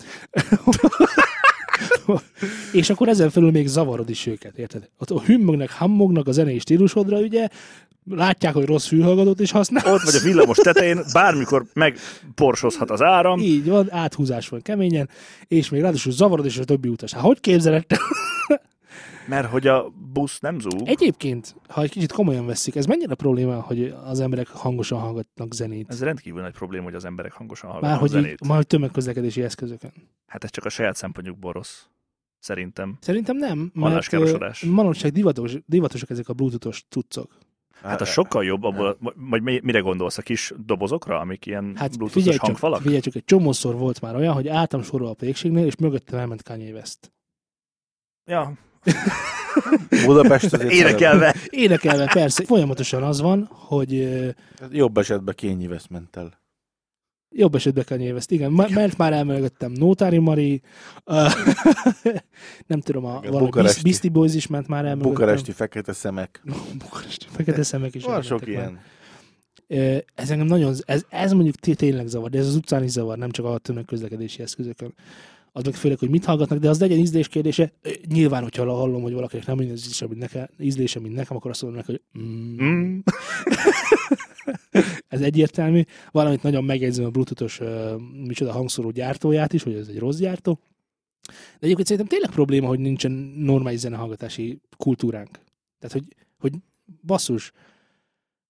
Speaker 2: és akkor ezen felül még zavarod is őket, érted? Ott a hümmögnek, hammognak a zenei stílusodra, ugye, látják, hogy rossz fülhallgatót is használsz.
Speaker 4: Ott vagy a villamos tetején, bármikor megborsozhat az áram.
Speaker 2: Így van, áthúzás van keményen, és még ráadásul zavarod is a többi utas. Hát hogy képzeled te?
Speaker 4: Mert hogy a busz nem zúg.
Speaker 2: Egyébként, ha egy kicsit komolyan veszik, ez mennyire probléma, hogy az emberek hangosan hallgatnak zenét?
Speaker 4: Ez rendkívül nagy probléma, hogy az emberek hangosan
Speaker 2: Már
Speaker 4: hallgatnak a
Speaker 2: hogy, így,
Speaker 4: zenét.
Speaker 2: már hogy tömegközlekedési eszközöken.
Speaker 4: Hát ez csak a saját szempontjukból rossz. Szerintem.
Speaker 2: Szerintem nem, mert
Speaker 4: Halláskárosodás.
Speaker 2: ö, manapság divatos, divatosak ezek a bluetoothos cuccok.
Speaker 4: Hát az sokkal jobb abból, vagy- vagy mi- mire gondolsz, a kis dobozokra, amik ilyen
Speaker 2: Hát
Speaker 4: hát,
Speaker 2: figyelj
Speaker 4: bluetoothos
Speaker 2: csak,
Speaker 4: hangfalak?
Speaker 2: figyelj csak, egy csomószor volt már olyan, hogy álltam sorolva a pékségnél, és mögöttem elment Kanye West.
Speaker 4: Ja,
Speaker 3: Budapest azért
Speaker 4: énekelve.
Speaker 2: Énekelve persze, folyamatosan az van, hogy ö,
Speaker 3: szeretem. Jobb esetben Kényi West ment el.
Speaker 2: jobb esetben Kanye West, igen, ma- mert már elmögöttem Nótári Mari, ö, nem tudom, a,
Speaker 3: Igen,
Speaker 2: valami Beast-
Speaker 3: bukaresti.
Speaker 2: Beastie Boys is ment már elmögöttem.
Speaker 3: Bukaresti fekete szemek.
Speaker 2: Bukaresti. Fekete szemek is.
Speaker 3: Van sok
Speaker 2: elmentek már.
Speaker 3: ilyen.
Speaker 2: Ö, ez engem nagyon, ez, ez mondjuk té- tényleg zavar, de ez az utcán is zavar, nem csak a tömegközlekedési eszközökön. Az meg főleg, hogy mit hallgatnak, de az legyen ízlés kérdése. Ö, Nyilván, hogyha hallom, hogy valakinek nem olyan az ízlése, mint nekem, ízlése, mint nekem akkor azt mondom neki, hogy mm,
Speaker 4: Mm.
Speaker 2: ez egyértelmű. Valamit nagyon megjegyzem a bluetoothos ö, micsoda hangszóró gyártóját is, hogy ez egy rossz gyártó. De egyébként szerintem tényleg probléma, hogy nincsen normális zenehallgatási kultúránk. Tehát, hogy, hogy basszus,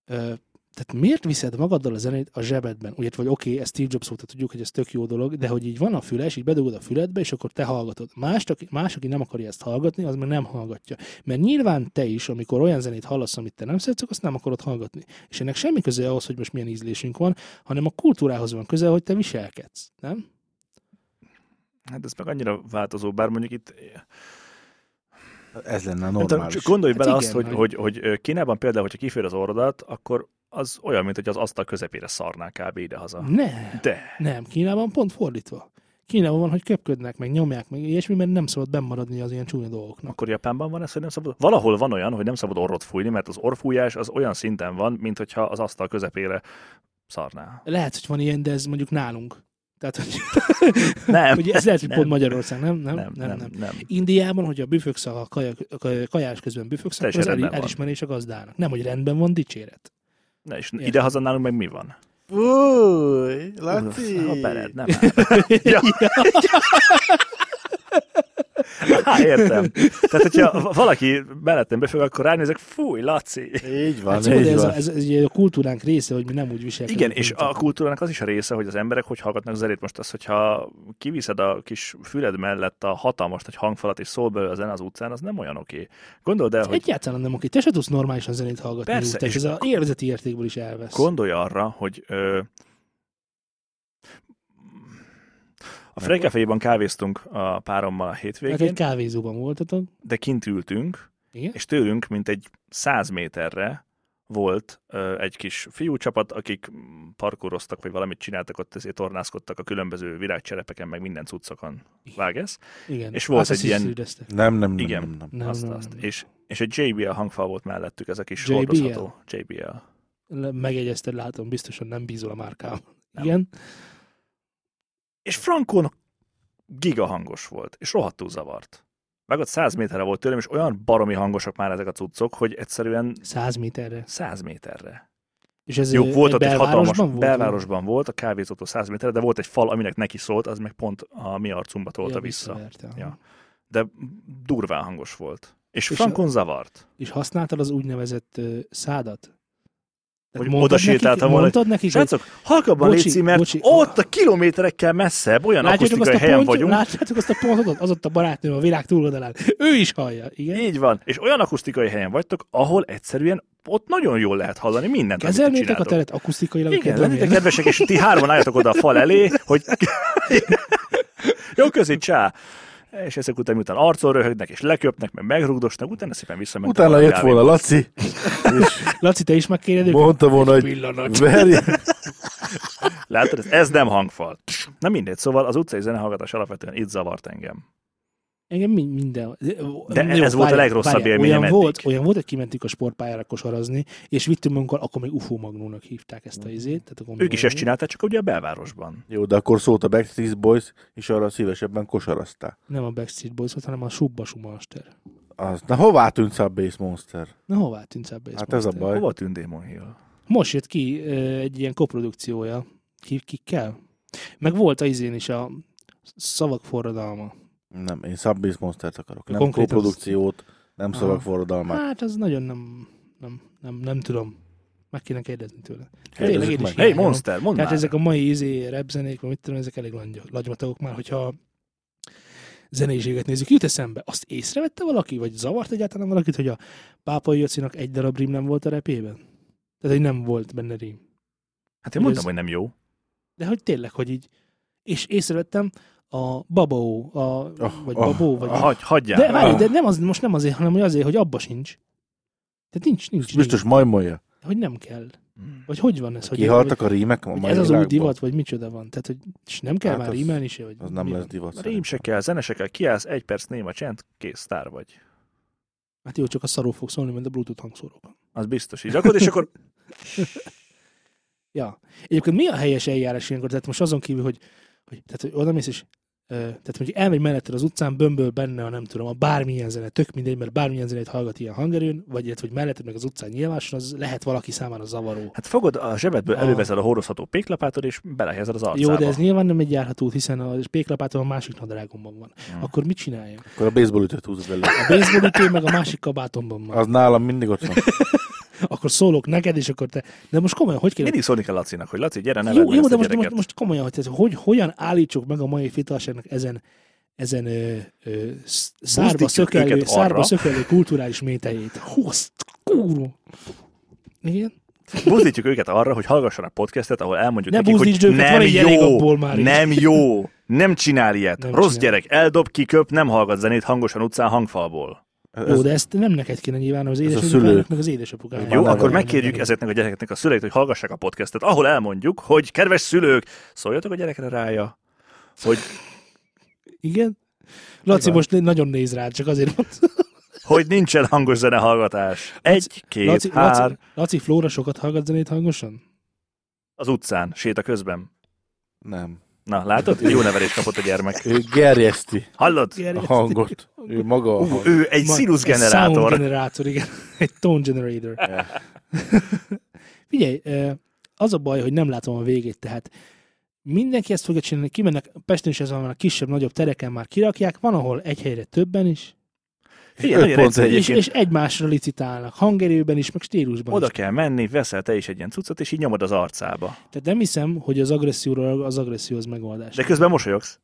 Speaker 2: ö, tehát miért viszed magaddal a zenét a zsebedben? Ugye, vagy oké, okay, ezt Steve Jobs óta tudjuk, hogy ez tök jó dolog, de hogy így van a füles, így bedugod a füledbe, és akkor te hallgatod. Más, aki- más aki nem akarja ezt hallgatni, az meg nem hallgatja. Mert nyilván te is, amikor olyan zenét hallasz, amit te nem szeretsz, akkor azt nem akarod hallgatni. És ennek semmi köze ahhoz, hogy most milyen ízlésünk van, hanem a kultúrához van köze, hogy te viselkedsz, nem?
Speaker 4: Hát ez meg annyira változó, bár mondjuk itt...
Speaker 3: Ez lenne a
Speaker 4: Nem tudom,
Speaker 3: normális.
Speaker 4: csak gondolj
Speaker 2: Hát
Speaker 4: bele
Speaker 2: igen,
Speaker 4: azt, hogy,
Speaker 2: hogy-
Speaker 4: hogy, hogy ö, Kínában például, hogyha kifér az orrodat, akkor az olyan, mint hogy az asztal közepére szarnál kb. idehaza.
Speaker 2: Nem,
Speaker 4: De
Speaker 2: nem. Kínában pont fordítva. Kínában van, hogy köpködnek, meg nyomják, meg ilyesmi, mert nem szabad bennmaradni az ilyen csúnya dolgoknak.
Speaker 4: akkor Japánban van ez, hogy nem szabad... Valahol van olyan, hogy nem szabad orrot fújni, mert az orrfújás az olyan szinten van, mint hogyha az asztal közepére szarnál.
Speaker 2: Lehet, hogy van ilyen, de ez mondjuk nálunk. Tehát, hogy,
Speaker 4: Nem,
Speaker 2: hogy ez lehet, hogy
Speaker 4: nem,
Speaker 2: pont Magyarország, nem? Nem,
Speaker 4: nem, nem, nem, nem.
Speaker 2: Indiában, hogyha büfögsz a kaja, a kajás közben büfögsz, akkor
Speaker 4: Teljesen
Speaker 2: az el,
Speaker 4: rendben van.
Speaker 2: elismerés a gazdának. Nem, hogy rendben van dicséret.
Speaker 4: Ne, és
Speaker 2: Ilyen.
Speaker 4: idehaza nálunk meg mi van?
Speaker 3: Új, Laci!
Speaker 4: A pered, nem ja. Há, értem. Tehát, hogyha valaki mellettem befog, akkor ránézek, fúj, Laci.
Speaker 3: Így van,
Speaker 2: Hát, szóval, de
Speaker 3: így
Speaker 2: ez,
Speaker 3: van.
Speaker 2: a, ez, ez ugye a kultúránk része, hogy mi nem úgy viselkedünk.
Speaker 4: Igen, és
Speaker 2: mint a-
Speaker 4: a kultúrának az is a része, hogy az emberek hogy hallgatnak zenét. Most az, hogyha kiviszed a kis füled mellett a hatalmas nagy hangfalat, és szól belőle a zene az utcán, az nem olyan oké. Gondold el,
Speaker 2: Ez
Speaker 4: hogy
Speaker 2: Egyáltalán nem oké. Te se tudsz normálisan zenét hallgatni.
Speaker 4: Persze,
Speaker 2: Persze, és
Speaker 4: és
Speaker 2: ez a élvezeti értékből is elvesz.
Speaker 4: Gondolj arra, hogy ö, a Frejkefejében kávéztunk a párommal a
Speaker 2: hát
Speaker 4: hétvégén,
Speaker 2: egy kávézóban voltatok.
Speaker 4: de kint ültünk,
Speaker 2: Igen?
Speaker 4: és tőlünk mint egy száz méterre volt ö, egy kis fiúcsapat, akik mm, parkuroztak, vagy valamit csináltak ott, ezért tornázkodtak a különböző virágcserepeken, meg minden cuccokon. Vág ez?
Speaker 2: Igen.
Speaker 4: és volt
Speaker 2: Azt
Speaker 4: egy
Speaker 2: is
Speaker 4: ilyen-
Speaker 2: szűdöztek.
Speaker 3: Nem, nem, nem,
Speaker 4: Igen.
Speaker 3: nem, nem.
Speaker 2: Nem,
Speaker 4: azt,
Speaker 2: nem,
Speaker 4: azt.
Speaker 2: nem.
Speaker 4: És, és egy JBL hangfal volt mellettük, ez a kis
Speaker 2: JBL?
Speaker 4: hordozható. JBL.
Speaker 2: Le- Megjegyezted, látom, biztosan nem bízol a márkában. Igen.
Speaker 4: És Frankon giga hangos volt, és rohadtul zavart. Meg ott 100 méterre volt tőlem, és olyan baromi hangosak már ezek a cuccok, hogy egyszerűen
Speaker 2: 100 méterre.
Speaker 4: 100 méterre.
Speaker 2: És ez
Speaker 4: Ez Jó,
Speaker 2: ö,
Speaker 4: volt ott egy hatalmas,
Speaker 2: belvárosban
Speaker 4: volt, belvárosban volt, a kávézótól 100 méterre, de volt egy fal, aminek neki szólt, az meg pont a mi arcunkba tolta
Speaker 2: Ja,
Speaker 4: vissza.
Speaker 2: visszaverte.
Speaker 4: Ja. De durván hangos volt. És,
Speaker 2: És
Speaker 4: Frankon zavart.
Speaker 2: És használtad az úgynevezett ö, szádat? Tehát
Speaker 4: Hogy
Speaker 2: mondtad
Speaker 4: oda sétáltam
Speaker 2: nekik,
Speaker 4: volna, hát
Speaker 2: Mondtad nekik, hogy
Speaker 4: Srácok, halkabban
Speaker 2: Bocsi,
Speaker 4: létszi, mert
Speaker 2: bocsi.
Speaker 4: ott a kilométerekkel messzebb, olyan
Speaker 2: látjátok azt,
Speaker 4: akusztikai
Speaker 2: a
Speaker 4: helyen
Speaker 2: pont,
Speaker 4: vagyunk,
Speaker 2: látjátok azt a pontot, az ott a barátnőm a világ túloldalán. Ő is hallja, igen.
Speaker 4: Így van. És olyan akusztikai helyen vagytok, ahol egyszerűen ott nagyon jól lehet hallani mindent, amit
Speaker 2: Kezelnétek a
Speaker 4: csináltok.
Speaker 2: teret akusztikailag?
Speaker 4: Igen,
Speaker 2: kedvemért?
Speaker 4: lennétek kedvesek, és ti hárman álljatok oda a fal elé, hogy jó közé, csá! És ezek után miután arcon röhögnek, és leköpnek, meg megrugdosnak, utána szépen visszamentek.
Speaker 3: Utána jött volna Laci, és
Speaker 2: Laci, te is megkérdezed őket?
Speaker 3: mondta volna, hogy
Speaker 2: Pillanat.
Speaker 3: verj,
Speaker 4: Látod, ez, ez nem hangfal. Na mindegy, szóval az utcai zenehallgatás alapvetően itt zavart engem.
Speaker 2: Engem mind- minden.
Speaker 4: De ez volt a legrosszabb élményem
Speaker 2: olyan
Speaker 4: eddig.
Speaker 2: volt, olyan volt, hogy kimentünk a sportpályára kosarazni, és vittünk magunkkal, akkor még UFO magnónak hívták ezt a izét. Tehát a
Speaker 4: Mhm. Ők is ezt
Speaker 2: gombómagnót.
Speaker 4: csinálták, csak ugye a belvárosban.
Speaker 3: Jó, de akkor szólt a Backstreet Boys, és arra szívesebben kosaraztál.
Speaker 2: Nem a Backstreet Boys volt, hanem a Subba Schumacher.
Speaker 3: Az, na hová tűnt a Bass Monster?
Speaker 2: Na hová tűnt ebbe
Speaker 3: Hát ez a baj.
Speaker 4: Hova tűnt Démon Hill?
Speaker 2: Most jött ki ö, egy ilyen koprodukciója. Ki, ki kell? Meg volt a izén is a szavak forradalma.
Speaker 3: Nem, én Subbase Monstert akarok. Nem
Speaker 2: Konkrétan
Speaker 3: koprodukciót, nem
Speaker 2: Aha.
Speaker 3: szavak forradalmát.
Speaker 2: Hát az nagyon nem, nem, nem, nem tudom. Meg kéne kérdezni tőle.
Speaker 3: Kérdezzük
Speaker 2: Tényleg én Hát, is
Speaker 3: meg.
Speaker 4: Hey,
Speaker 2: hiányolom.
Speaker 4: Monster, mondd
Speaker 2: Tehát
Speaker 4: már.
Speaker 2: ezek a mai izé, rap zenék, vagy mit tudom, ezek elég langy- lagymatagok már, hogyha zenéséget nézzük. Jut eszembe, azt észrevette valaki, vagy zavart egyáltalán valakit, hogy a Pápai Jocinak egy darab rím nem volt a repében? Tehát, hogy nem volt benne rím.
Speaker 4: Hát
Speaker 2: hogy
Speaker 4: én mondtam,
Speaker 2: ez-
Speaker 4: hogy nem jó.
Speaker 2: De hogy tényleg, hogy így. És észrevettem a Babó, a,
Speaker 3: Ah,
Speaker 2: vagy
Speaker 3: ah,
Speaker 2: Babó, vagy...
Speaker 4: Hagy, hagyjál.
Speaker 2: de, várj,
Speaker 3: ah.
Speaker 2: de nem az, most nem azért, hanem hogy azért, hogy abba sincs. Tehát nincs, nincs.
Speaker 3: Ezt Biztos
Speaker 2: rím.
Speaker 3: majmolja.
Speaker 2: Hogy nem kell.
Speaker 4: Mm.
Speaker 2: Vagy hogy van ez? Hogy,
Speaker 3: Kihaltak a rímek a
Speaker 2: hogy,
Speaker 3: mai
Speaker 2: hogy ez az új
Speaker 3: világban?
Speaker 2: divat, vagy micsoda van. Tehát, hogy és nem kell
Speaker 3: Hát
Speaker 2: már
Speaker 3: az-
Speaker 2: rímelni se, vagy
Speaker 3: Az nem
Speaker 2: mi
Speaker 3: lesz
Speaker 2: van.
Speaker 3: divat.
Speaker 4: Rím se kell, zene se kell, kiállsz, egy perc néma csend, kész, sztár vagy.
Speaker 2: Hát jó, csak a szaró fog szólni, mint a Bluetooth hangszórók.
Speaker 4: Az biztos így. Akkor, és akkor
Speaker 2: Ja. Egyébként mi a helyes eljárás ilyenkor? Tehát most azon kívül, hogy, hogy tehát, hogy oda mész, és ö, tehát mondjuk elmegy mellette az utcán, bömböl benne a nem tudom, a bármilyen zene, tök mindegy, mert bármilyen zenét hallgat ilyen hangerőn, vagy illetve, hogy mellette meg az utcán nyilvánosan, az lehet valaki számára zavaró.
Speaker 4: hát fogod a zsebedből,
Speaker 2: Ah.
Speaker 4: előveszel a hordozható péklapátod, és belehelyezed az arcába.
Speaker 2: Jó, de ez nyilván nem egy járható, út, hiszen a péklapátom a másik nadrágomban van.
Speaker 4: Hmm.
Speaker 2: Akkor mit csináljam?
Speaker 3: Akkor a baseball ütőt húz belőle.
Speaker 2: A baseball ütő meg a másik kabátomban van.
Speaker 3: Az nálam mindig ott van.
Speaker 2: Akkor szólok neked, és akkor te... De most komolyan, hogy kéne
Speaker 4: Mindig szólni kell Lacinak, hogy Laci, gyere, ne
Speaker 2: Jó, jó,
Speaker 4: ezt
Speaker 2: de most,
Speaker 4: a
Speaker 2: most,
Speaker 4: gyereket.
Speaker 2: most komolyan, hogy, tehát hogy hogyan állítsuk meg a mai fiatalságnak ezen, ezen ö, ö, sz- szárba,
Speaker 4: Buzdítsuk
Speaker 2: szökelő,
Speaker 4: őket
Speaker 2: szárba
Speaker 4: arra.
Speaker 2: szökelő kulturális métejét. Hoszt, kúró. Igen?
Speaker 4: Buzdítjuk őket arra, hogy hallgassanak podcastet, ahol elmondjuk
Speaker 2: Ne
Speaker 4: nekik, hogy
Speaker 2: buzdítsd őket, van
Speaker 4: nem
Speaker 2: egy elég abból
Speaker 4: jó,
Speaker 2: már is.
Speaker 4: nem jó, nem csinál ilyet.
Speaker 2: Nem
Speaker 4: Rossz
Speaker 2: csinál.
Speaker 4: gyerek, eldob, kiköp, nem hallgat zenét hangosan utcán hangfalból.
Speaker 3: Ez,
Speaker 2: Jó, de ezt nem neked kéne nyilván, az
Speaker 3: szülők.
Speaker 2: édesanyukának, meg az édesapukának.
Speaker 3: Van
Speaker 4: Jó,
Speaker 3: erre
Speaker 4: akkor
Speaker 3: valami.
Speaker 4: megkérjük ezeknek a gyerekeknek a szüleit, hogy hallgassák a podcastet, ahol elmondjuk, hogy kedves szülők, szóljatok a gyerekre rája, hogy
Speaker 2: Igen? Laci
Speaker 3: Így van.
Speaker 2: most nagyon néz rád, csak azért mondta.
Speaker 4: hogy nincsen hangos zenehallgatás. Egy, két,
Speaker 2: Laci,
Speaker 4: hár,
Speaker 2: Laci, Laci, Flóra sokat hallgat zenét hangosan?
Speaker 4: az utcán, séta közben.
Speaker 3: Nem.
Speaker 4: Na, látod? Jó nevelést kapott a gyermek.
Speaker 3: Ő gerjeszti
Speaker 4: Hallod?
Speaker 3: a hangot. Ő maga a
Speaker 4: Ú,
Speaker 3: hang.
Speaker 4: ő egy
Speaker 2: Majd- Egy sound
Speaker 4: színuszgenerátor.
Speaker 2: generátor, igen. Egy tone generator.
Speaker 3: Ja.
Speaker 2: Figyelj, ö, az a baj, hogy nem látom a végét, tehát mindenki ezt fogja csinálni, kimennek, Pesten is ez van, a kisebb-nagyobb tereken már kirakják, van, ahol egy helyre többen is,
Speaker 4: Figyelj, nagyon
Speaker 3: Öt pont
Speaker 4: egyszerű
Speaker 3: egy.
Speaker 2: és,
Speaker 4: egyébként.
Speaker 2: és egymásra licitálnak, hangerőben is, meg stílusban
Speaker 4: Oda
Speaker 2: is.
Speaker 4: kell menni, veszel te is egy ilyen cuccot, és így nyomod az arcába.
Speaker 2: Tehát nem hiszem, hogy az agresszióról az agresszió az megoldás.
Speaker 4: De közben mosolyogsz.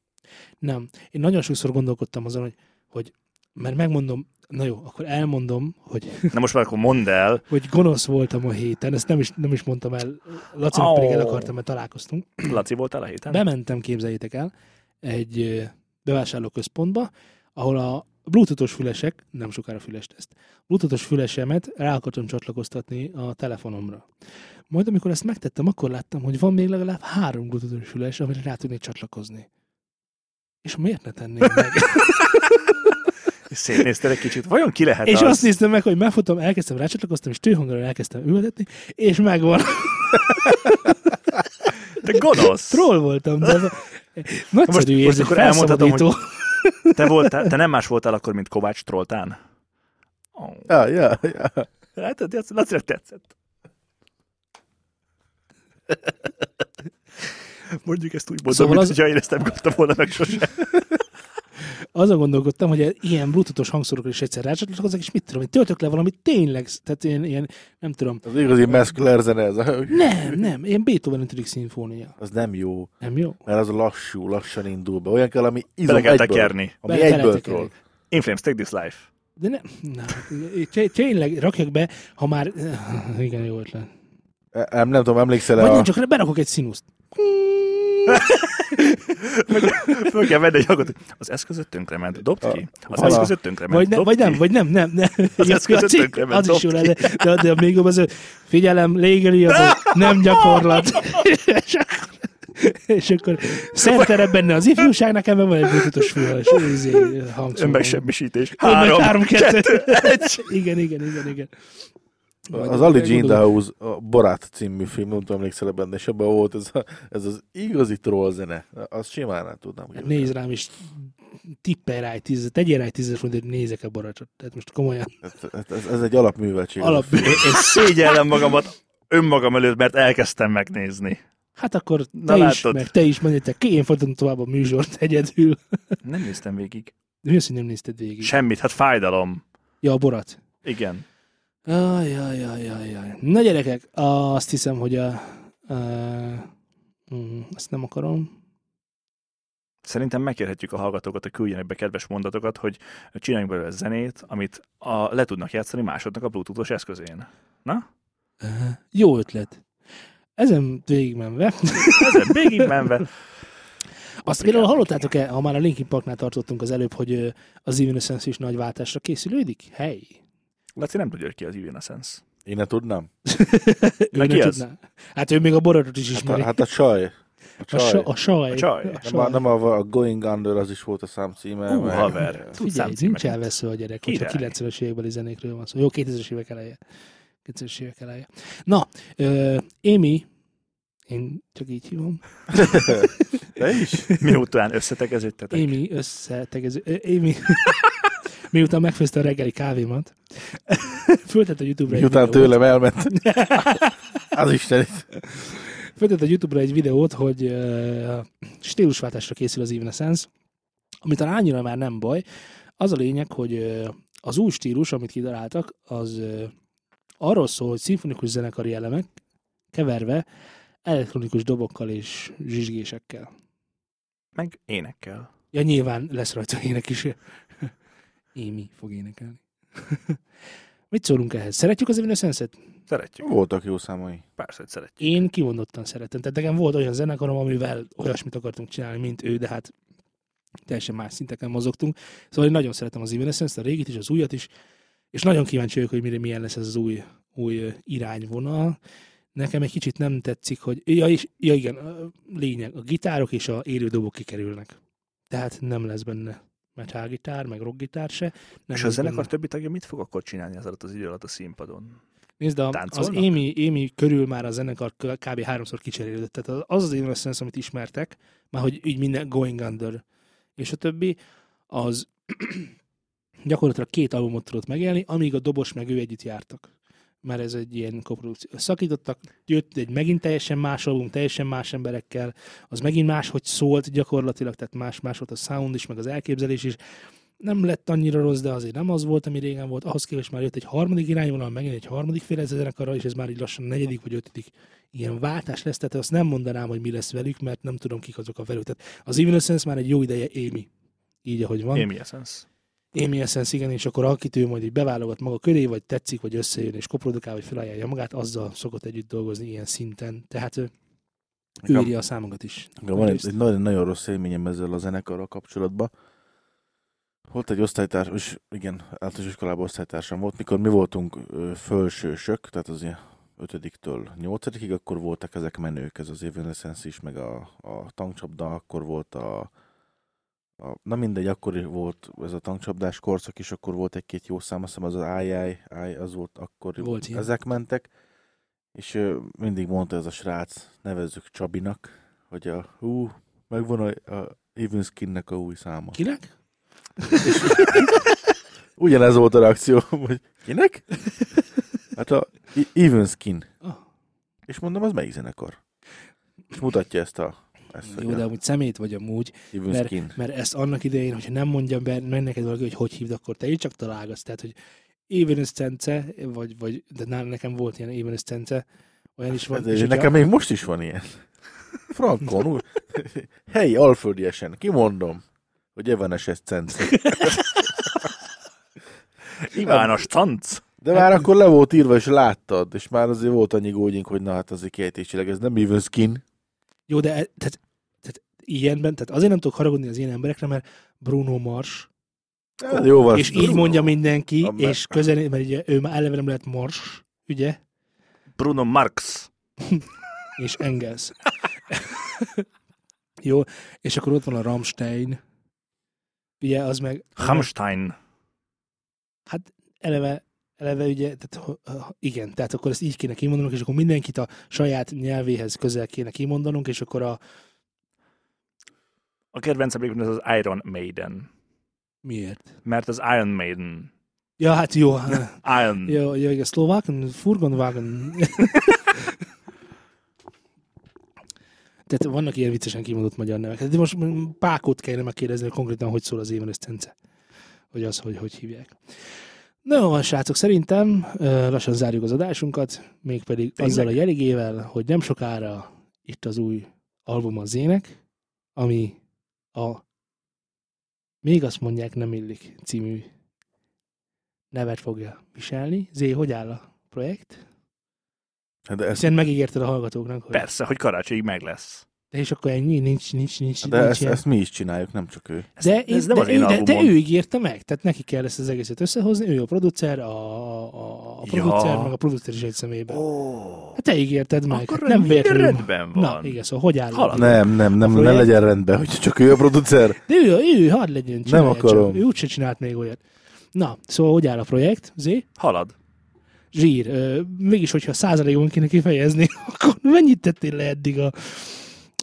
Speaker 2: Nem. Én nagyon sokszor gondolkodtam azon, hogy, hogy mert megmondom, na jó, akkor elmondom, hogy,
Speaker 4: Na most már akkor mondd el.
Speaker 2: hogy gonosz voltam a héten, ezt nem is, nem is mondtam el, Lacinak oh. pedig el akartam, mert találkoztunk.
Speaker 4: Laci voltál a héten?
Speaker 2: Bementem, képzeljétek el, egy ö, bevásárlóközpontba, ahol a bluetoothos fülesek, nem sokára füles teszt, bluetoothos fülesemet rá akartam csatlakoztatni a telefonomra. Majd amikor ezt megtettem, akkor láttam, hogy van még legalább három bluetoothos füles, amire rá tudnék csatlakozni. És miért ne tenném meg?
Speaker 4: Szétnéztél egy kicsit. Vajon ki lehet
Speaker 2: és
Speaker 4: az?
Speaker 2: azt néztem meg, hogy megfutottam, elkezdtem, rácsatlakoztam, és tőhangra elkezdtem ültetni, és megvan.
Speaker 4: Te gonosz!
Speaker 2: Troll voltam, de ez a... nagyszerű
Speaker 4: most
Speaker 2: érzés,
Speaker 4: akkor elmondhatom, hogy-
Speaker 2: felszabadító.
Speaker 4: Te, voltál, te nem más voltál akkor, mint Kovács Trolltán? Oh.
Speaker 3: Ja, ja, ja.
Speaker 4: Hát, ez Lacinak tetszett. Mondjuk ezt úgy
Speaker 2: Szóval
Speaker 4: mondom, szóval mint,
Speaker 2: az-
Speaker 4: az... hogyha én ezt nem kaptam volna meg sose.
Speaker 2: Azon gondolkodtam, hogy ilyen bluetoothos hangszorokra is egyszer rácsatlakozok, és mit tudom, hogy töltök le valami tényleg, tehát ilyen, ilyen nem tudom,
Speaker 3: Az igazi meszkler zene ez.
Speaker 2: nem, nem, ilyen Beethoven 5. szimfónia.
Speaker 3: Az nem jó,
Speaker 2: Nem jó?
Speaker 3: mert az lassú, lassan indul be. Olyan kell, ami izom
Speaker 4: Bele kell
Speaker 3: egyből.
Speaker 4: tekerni.
Speaker 3: Ami
Speaker 2: Bele-
Speaker 3: egyből
Speaker 2: beletekerik.
Speaker 3: troll.
Speaker 4: Inflames, take this life.
Speaker 2: De nem, nem. Té- Tényleg, rakjak be, ha már... Igen, jó ötlet.
Speaker 3: E- Nem, nem tudom, emlékszel-e
Speaker 2: Vagy
Speaker 3: a...
Speaker 2: nem, csak berakok egy színuszt.
Speaker 4: Föl kell venni egy hangot. Az eszközöt tönkrement, dobd ki. Az
Speaker 3: Vala.
Speaker 4: eszközöt tönkrement,
Speaker 2: Vagy, ne,
Speaker 4: dobd
Speaker 2: vagy nem,
Speaker 4: ki.
Speaker 2: vagy nem, nem. nem.
Speaker 4: Az
Speaker 2: Ja,
Speaker 4: eszközöt
Speaker 2: Laci,
Speaker 4: tönkre ment,
Speaker 2: az is jó
Speaker 4: dobd
Speaker 2: lenne, de, de még jobb az, hogy figyelem, légeli az, hogy nem gyakorlat. és, és akkor szerterebb benne az ifjúság, nekem meg van egy bluetoothos fülhal, és ízé, izé, hangszóró.
Speaker 4: Önmegsemmisítés.
Speaker 2: Ön meg
Speaker 4: Három,
Speaker 2: három, kettő,
Speaker 4: kettő.
Speaker 2: egy. Igen, igen, igen, igen.
Speaker 3: Az Ali G. in the House, a Barát című film, nem tudom, emlékszel -e benne, és abban volt ez, a, ez az igazi troll zene. Azt simán át tudnám.
Speaker 2: Hát
Speaker 3: képzelni.
Speaker 2: Nézd rám, és tippelj rá egy tízet, tegyél rá egy tízet, mondd, hogy nézek a baracsot. Tehát most komolyan.
Speaker 3: Hát, hát Ez, ez, egy alapműveltség.
Speaker 2: Alap.
Speaker 4: Én, én szégyellem magamat önmagam előtt, mert elkezdtem megnézni.
Speaker 2: Hát akkor te
Speaker 4: Na,
Speaker 2: is,
Speaker 4: látod.
Speaker 2: meg te is menjetek ki, én folytatom tovább a műsort egyedül.
Speaker 4: Nem néztem végig.
Speaker 2: Mi az, hogy nem nézted végig?
Speaker 4: Semmit, hát fájdalom.
Speaker 2: Ja, a borat.
Speaker 4: Igen.
Speaker 2: Aj, aj, aj, aj, aj. Na gyerekek, azt hiszem, hogy a... a mm, ezt nem akarom.
Speaker 4: Szerintem megkérhetjük a hallgatókat, hogy küldjenek be kedves mondatokat, hogy csináljunk belőle zenét, amit a, le tudnak játszani másodnak a bluetoothos eszközén.
Speaker 2: Jó ötlet. Ezen végigmenve.
Speaker 4: Ezen végigmenve.
Speaker 2: Azt például hallottátok-e, ha már a Linkin Parknál tartottunk az előbb, hogy ö, az Evanescence is nagy váltásra készülődik? Hely!
Speaker 4: Laci nem tudja, hogy ki az Evanescence.
Speaker 3: Én ne tudnám.
Speaker 2: Ő ne
Speaker 4: Na, ki az?
Speaker 2: tudná. Hát ő még a boratot is
Speaker 3: Hát a,
Speaker 2: ismeri.
Speaker 3: hát a csaj. A
Speaker 2: A
Speaker 3: csaj.
Speaker 2: sa- a saj.
Speaker 4: A saj. Nem
Speaker 3: nem, a, nem a, a Going Under, az is volt a szám címe.
Speaker 4: Ú,
Speaker 3: meg-
Speaker 4: haver. Tudsz
Speaker 2: Figyelj, nincs
Speaker 4: számcímeket.
Speaker 2: elvesző a gyerek, hogyha
Speaker 4: Király.
Speaker 2: 90-es évekbeli zenékről van szó. Jó, 2000-es évek eleje. 2000-es évek eleje. Na, ö, Émi, én csak így hívom,
Speaker 4: Hát
Speaker 3: Te is?
Speaker 4: Miután összetegeződtetek.
Speaker 2: Émi összetegező, ö, Émi, miután megfőzte a reggeli kávémat, föltett a YouTube-ra
Speaker 3: Miután
Speaker 2: egy videót.
Speaker 3: tőlem elment. Az Isten.
Speaker 2: Föltett a YouTube-ra egy videót, hogy uh, stílusváltásra készül az Evanescence, ami talán annyira már nem baj. Az a lényeg, hogy uh, az új stílus, amit kitaláltak, az uh, arról szól, hogy szimfonikus zenekari elemek keverve elektronikus dobokkal és zsizsgésekkel.
Speaker 4: Meg énekkel.
Speaker 2: Ja, nyilván lesz rajta ének is. Émi fog énekelni. Mit szólunk ehhez? Szeretjük az Evanescence-et?
Speaker 4: Szeretjük.
Speaker 3: Voltak jó számai.
Speaker 4: Persze, hogy szeretjük.
Speaker 2: Én kimondottan szeretem. Tehát nekem volt olyan zenekarom, amivel olyasmit akartunk csinálni, mint ő, de hát teljesen más szinteken mozogtunk. Szóval én nagyon szeretem az Evanescence-t, a régit is, az újat is, és nagyon kíváncsi vagyok, hogy mire milyen lesz ez az új, új ö, irányvonal. Nekem egy kicsit nem tetszik, hogy... Ja, és, ja igen, a lényeg, a gitárok és a élődobok kikerülnek. Tehát nem lesz benne metalgitár, meg rockgitár se. Nem
Speaker 4: És a
Speaker 2: lesz
Speaker 4: zenekar
Speaker 2: benne.
Speaker 4: többi tagja mit fog akkor csinálni ez alatt az idő alatt a színpadon?
Speaker 2: Nézd, a, az
Speaker 4: Táncolnak?
Speaker 2: Émi, Émi körül már a zenekar kö- kb. háromszor kicserélődött. Tehát az az az Innocence, amit ismertek, már hogy így minden Going Under és a többi, az gyakorlatilag két albumot tudott megélni, amíg a dobos meg ő együtt jártak. Mert ez egy ilyen koprodukció. Szakítottak, jött egy megint teljesen más album, teljesen más emberekkel, az megint máshogy szólt gyakorlatilag, tehát más-más volt a sound is, meg az elképzelés is, nem lett annyira rossz, de azért nem az volt, ami régen volt. Ahhoz képest már jött egy harmadik irányvonal, megint egy harmadik féle zenekarral, és ez már így lassan negyedik vagy ötödik ilyen váltás lesz. Tehát azt nem mondanám, hogy mi lesz velük, mert nem tudom, kik azok a velük. Tehát az Evanescence már egy jó ideje émi. Így, ahogy van.
Speaker 4: Amy Essence.
Speaker 2: Amy Essence, igen, és akkor akit ő majd így beválogat maga köré, vagy tetszik, vagy összejön, és koprodukál, vagy felajánlja magát, azzal szokott együtt dolgozni ilyen szinten. Tehát ő, ő
Speaker 3: Nekem-
Speaker 2: írja a számokat is.
Speaker 3: Igen, van egy,
Speaker 2: Egyrészt.
Speaker 3: egy nagyon, nagyon rossz élményem ezzel a zenekarral kapcsolatban. Volt egy osztálytárs, és igen, általános iskolában osztálytársam volt, mikor mi voltunk ö, fölsősök, tehát az ilyen ötödiktől nyolcadikig, akkor voltak ezek menők, ez az Evanescence is, meg a, a tankcsapda, akkor volt a a, na mindegy, akkor is volt ez a tankcsapdás korszak, és akkor volt egy-két jó szám, azt hiszem az az ájjáj, áj, az volt akkor,
Speaker 2: Volt ilyen.
Speaker 3: ezek mentek, és ö, mindig mondta ez a srác, nevezzük Csabinak, hogy a hú, megvan a, a Even Skinnek a új száma.
Speaker 2: Kinek?
Speaker 3: Ugyanez volt a reakció, hogy kinek? Hát a E- Even Skin.
Speaker 2: Ah.
Speaker 3: És mondom, az melyik zenekar? És mutatja ezt a ezt,
Speaker 2: Jó,
Speaker 3: hogy
Speaker 2: de
Speaker 3: a
Speaker 2: amúgy szemét vagy amúgy,
Speaker 3: Even
Speaker 2: mert-
Speaker 3: Skin.
Speaker 2: mert ezt annak idején, hogyha nem mondjam be, meg neked valaki, hogy hogy hívd, akkor te így csak találgatsz. Tehát, hogy Évenusztence, vagy, vagy, de nálam nekem volt ilyen Évenusztence, olyan is van.
Speaker 3: Hát,
Speaker 2: hogyha-
Speaker 3: nekem még most is van ilyen. Frankon, úgy, helyi alföldiesen, kimondom, hogy evanesces cence.
Speaker 4: Ivános tanc!
Speaker 2: Hát
Speaker 3: De már akkor le volt írva, és láttad, és már azért volt annyi gógyink, hogy na hát azért kiejtésileg, ez nem even skin.
Speaker 2: Jó, de e- tehát, tehát ilyenben, tehát azért nem tudok haragodni az ilyen emberekre, mert Bruno Mars,
Speaker 3: Hát, jó van.
Speaker 2: és így mondja mindenki,
Speaker 3: Ember.
Speaker 2: és közel, mert ugye ő már eleve nem lehet Mars, ugye,
Speaker 4: Bruno Marx.
Speaker 2: és Engels. Jó, és akkor ott van a Rammstein, ugye, az meg
Speaker 4: Hamstein.
Speaker 2: eleve, eleve ugye, tehát, ha- ha- igen, tehát akkor ezt így kéne kimondanunk, és akkor mindenkit a saját nyelvéhez közel kéne kimondanunk, és akkor a
Speaker 4: A kedvencem egyébként az az Iron Maiden.
Speaker 2: miért?
Speaker 4: Mert az Iron Maiden.
Speaker 2: Ja, hát jó.
Speaker 4: Iron.
Speaker 2: Jó, jó, igen, szlovák, furgonvágen. Tehát vannak ilyen viccesen kimondott magyar nevek. Hát De most Pákot kellene megkérdezni, hogy konkrétan hogy szól az éven ösztence. Hogy az, hogy hogy hívják. Na jó, van, srácok, szerintem ö, lassan zárjuk az adásunkat, mégpedig
Speaker 4: Tényleg?
Speaker 2: azzal a jeligével, hogy nem sokára itt az új album az ének, ami a Még azt mondják, nem illik című nevet fogja viselni. Zé, hogy áll a projekt?
Speaker 3: Hát De ezt,
Speaker 2: Hiszen megígérted a hallgatóknak, hogy
Speaker 4: Persze, hogy karácsonyig meg lesz.
Speaker 2: de és akkor ennyi, nincs, nincs, nincs,
Speaker 3: hát de
Speaker 2: nincs
Speaker 3: ezt,
Speaker 2: ilyen.
Speaker 3: ezt, mi is csináljuk, nem csak ő.
Speaker 4: Ez,
Speaker 2: De,
Speaker 4: ez
Speaker 2: de,
Speaker 4: nem az én
Speaker 2: de, de, de
Speaker 4: albumom.
Speaker 2: ő ígérte meg, tehát neki kell ezt az egészet összehozni, ő a producer, a, a, a
Speaker 4: Ja.
Speaker 2: producer, meg a producer is egy személyben. Oh.
Speaker 4: Ó,
Speaker 2: Hát te ígérted meg,
Speaker 4: akkor
Speaker 2: nem
Speaker 4: minden
Speaker 2: véletlenül.
Speaker 4: rendben van.
Speaker 2: Na, igen, szóval hogy áll?
Speaker 4: Halad.
Speaker 3: Nem, nem, nem,
Speaker 2: Akkor
Speaker 3: ne
Speaker 2: ilyen-
Speaker 3: legyen rendben, hogy csak ő a producer.
Speaker 2: De ő, ő, ő hadd legyen, csinálja
Speaker 3: akarom.
Speaker 2: Csak. Ő úgyse csinált még olyat. Na, szóval hogy áll a projekt, Zé?
Speaker 4: Halad.
Speaker 2: zsír. Ö, Mégis, hogyha százalékon kéne kifejezni, akkor mennyit tettél le eddig a,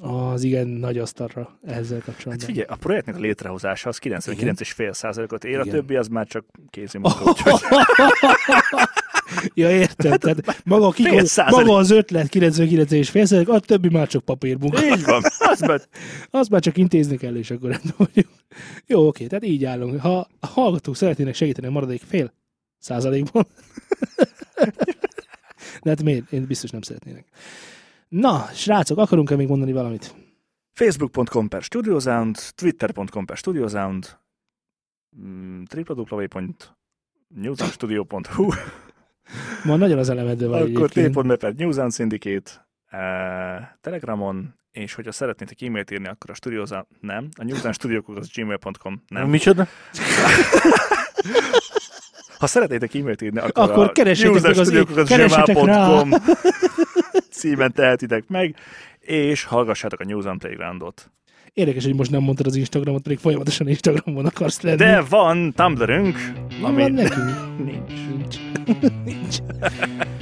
Speaker 2: az igen nagy asztalra ezzel
Speaker 4: Hát
Speaker 2: kapcsolatban?
Speaker 4: figyelj, a projektnek a létrehozása az 99,5%-ot ér, a
Speaker 2: Igen.
Speaker 4: többi az már csak kézi munka, úgyhogy
Speaker 2: ja, értem. Tehát maga, a
Speaker 4: Hát, fél
Speaker 2: kikon,
Speaker 4: százalék.
Speaker 2: maga az ötlet 99 és fél százalék, a többi már csak papírmunka.
Speaker 4: így van. Az már
Speaker 2: Azt már csak intézni kell, és akkor rendben vagyunk. Jó, oké, tehát így állunk. Ha a hallgatók szeretnének segíteni a maradék fél százalékban, de hát miért? Én biztos nem szeretnének. Na, srácok, akarunk-e még mondani valamit?
Speaker 4: facebook.com per studiosound, twitter.com per studiosound, mm, www.newsoundstudio.hu,
Speaker 2: Ma nagyon az elemedő vagy
Speaker 4: akkor
Speaker 2: egyébként.
Speaker 4: t.me per newsound syndicate, eh, telegramon, és hogyha szeretnétek e-mailt írni, akkor a studiosound, nem, a newsoundstudiokok az gmail.com, nem.
Speaker 3: Micsoda?
Speaker 4: Ha szeretnétek e-mailt írni, akkor,
Speaker 2: Akkor
Speaker 4: a
Speaker 2: keressétek meg az e-
Speaker 4: newsoundstudiokok az
Speaker 2: keressetek
Speaker 4: gmail.com címen tehetitek meg, és hallgassátok a Newsound Playgroundot.
Speaker 2: Érdekes, hogy most nem mondtad az Instagramot, pedig folyamatosan Instagramon akarsz lenni.
Speaker 4: De van Tumblrünk,
Speaker 2: Mi
Speaker 4: ami
Speaker 2: van nekünk?
Speaker 4: nincs.
Speaker 2: Nincs. Nincs.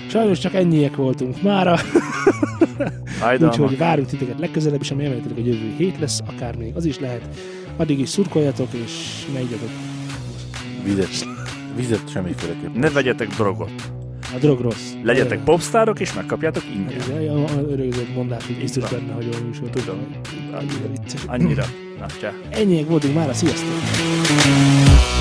Speaker 2: Sajnos csak ennyiek voltunk mára,
Speaker 4: Fájdalmak.
Speaker 2: úgyhogy várunk titeket legközelebb is, ami emeltetek, hogy jövő hét lesz, akár még az is lehet. Addig is szurkoljatok, és ne igyatok
Speaker 3: Vizet. Vizet semmiféleképpen.
Speaker 4: Ne vegyetek drogot.
Speaker 2: a drog rossz.
Speaker 4: Legyetek popstárok, és megkapjátok ingyen.
Speaker 2: Örögzött örögzött mondás, hogy biztos
Speaker 4: van.
Speaker 2: benne, hogy olyan műsor.
Speaker 4: Tudom.
Speaker 2: Annyira vicces.
Speaker 4: Annyira. Na, csá.
Speaker 2: Ennyiek voltunk mára, sziasztok!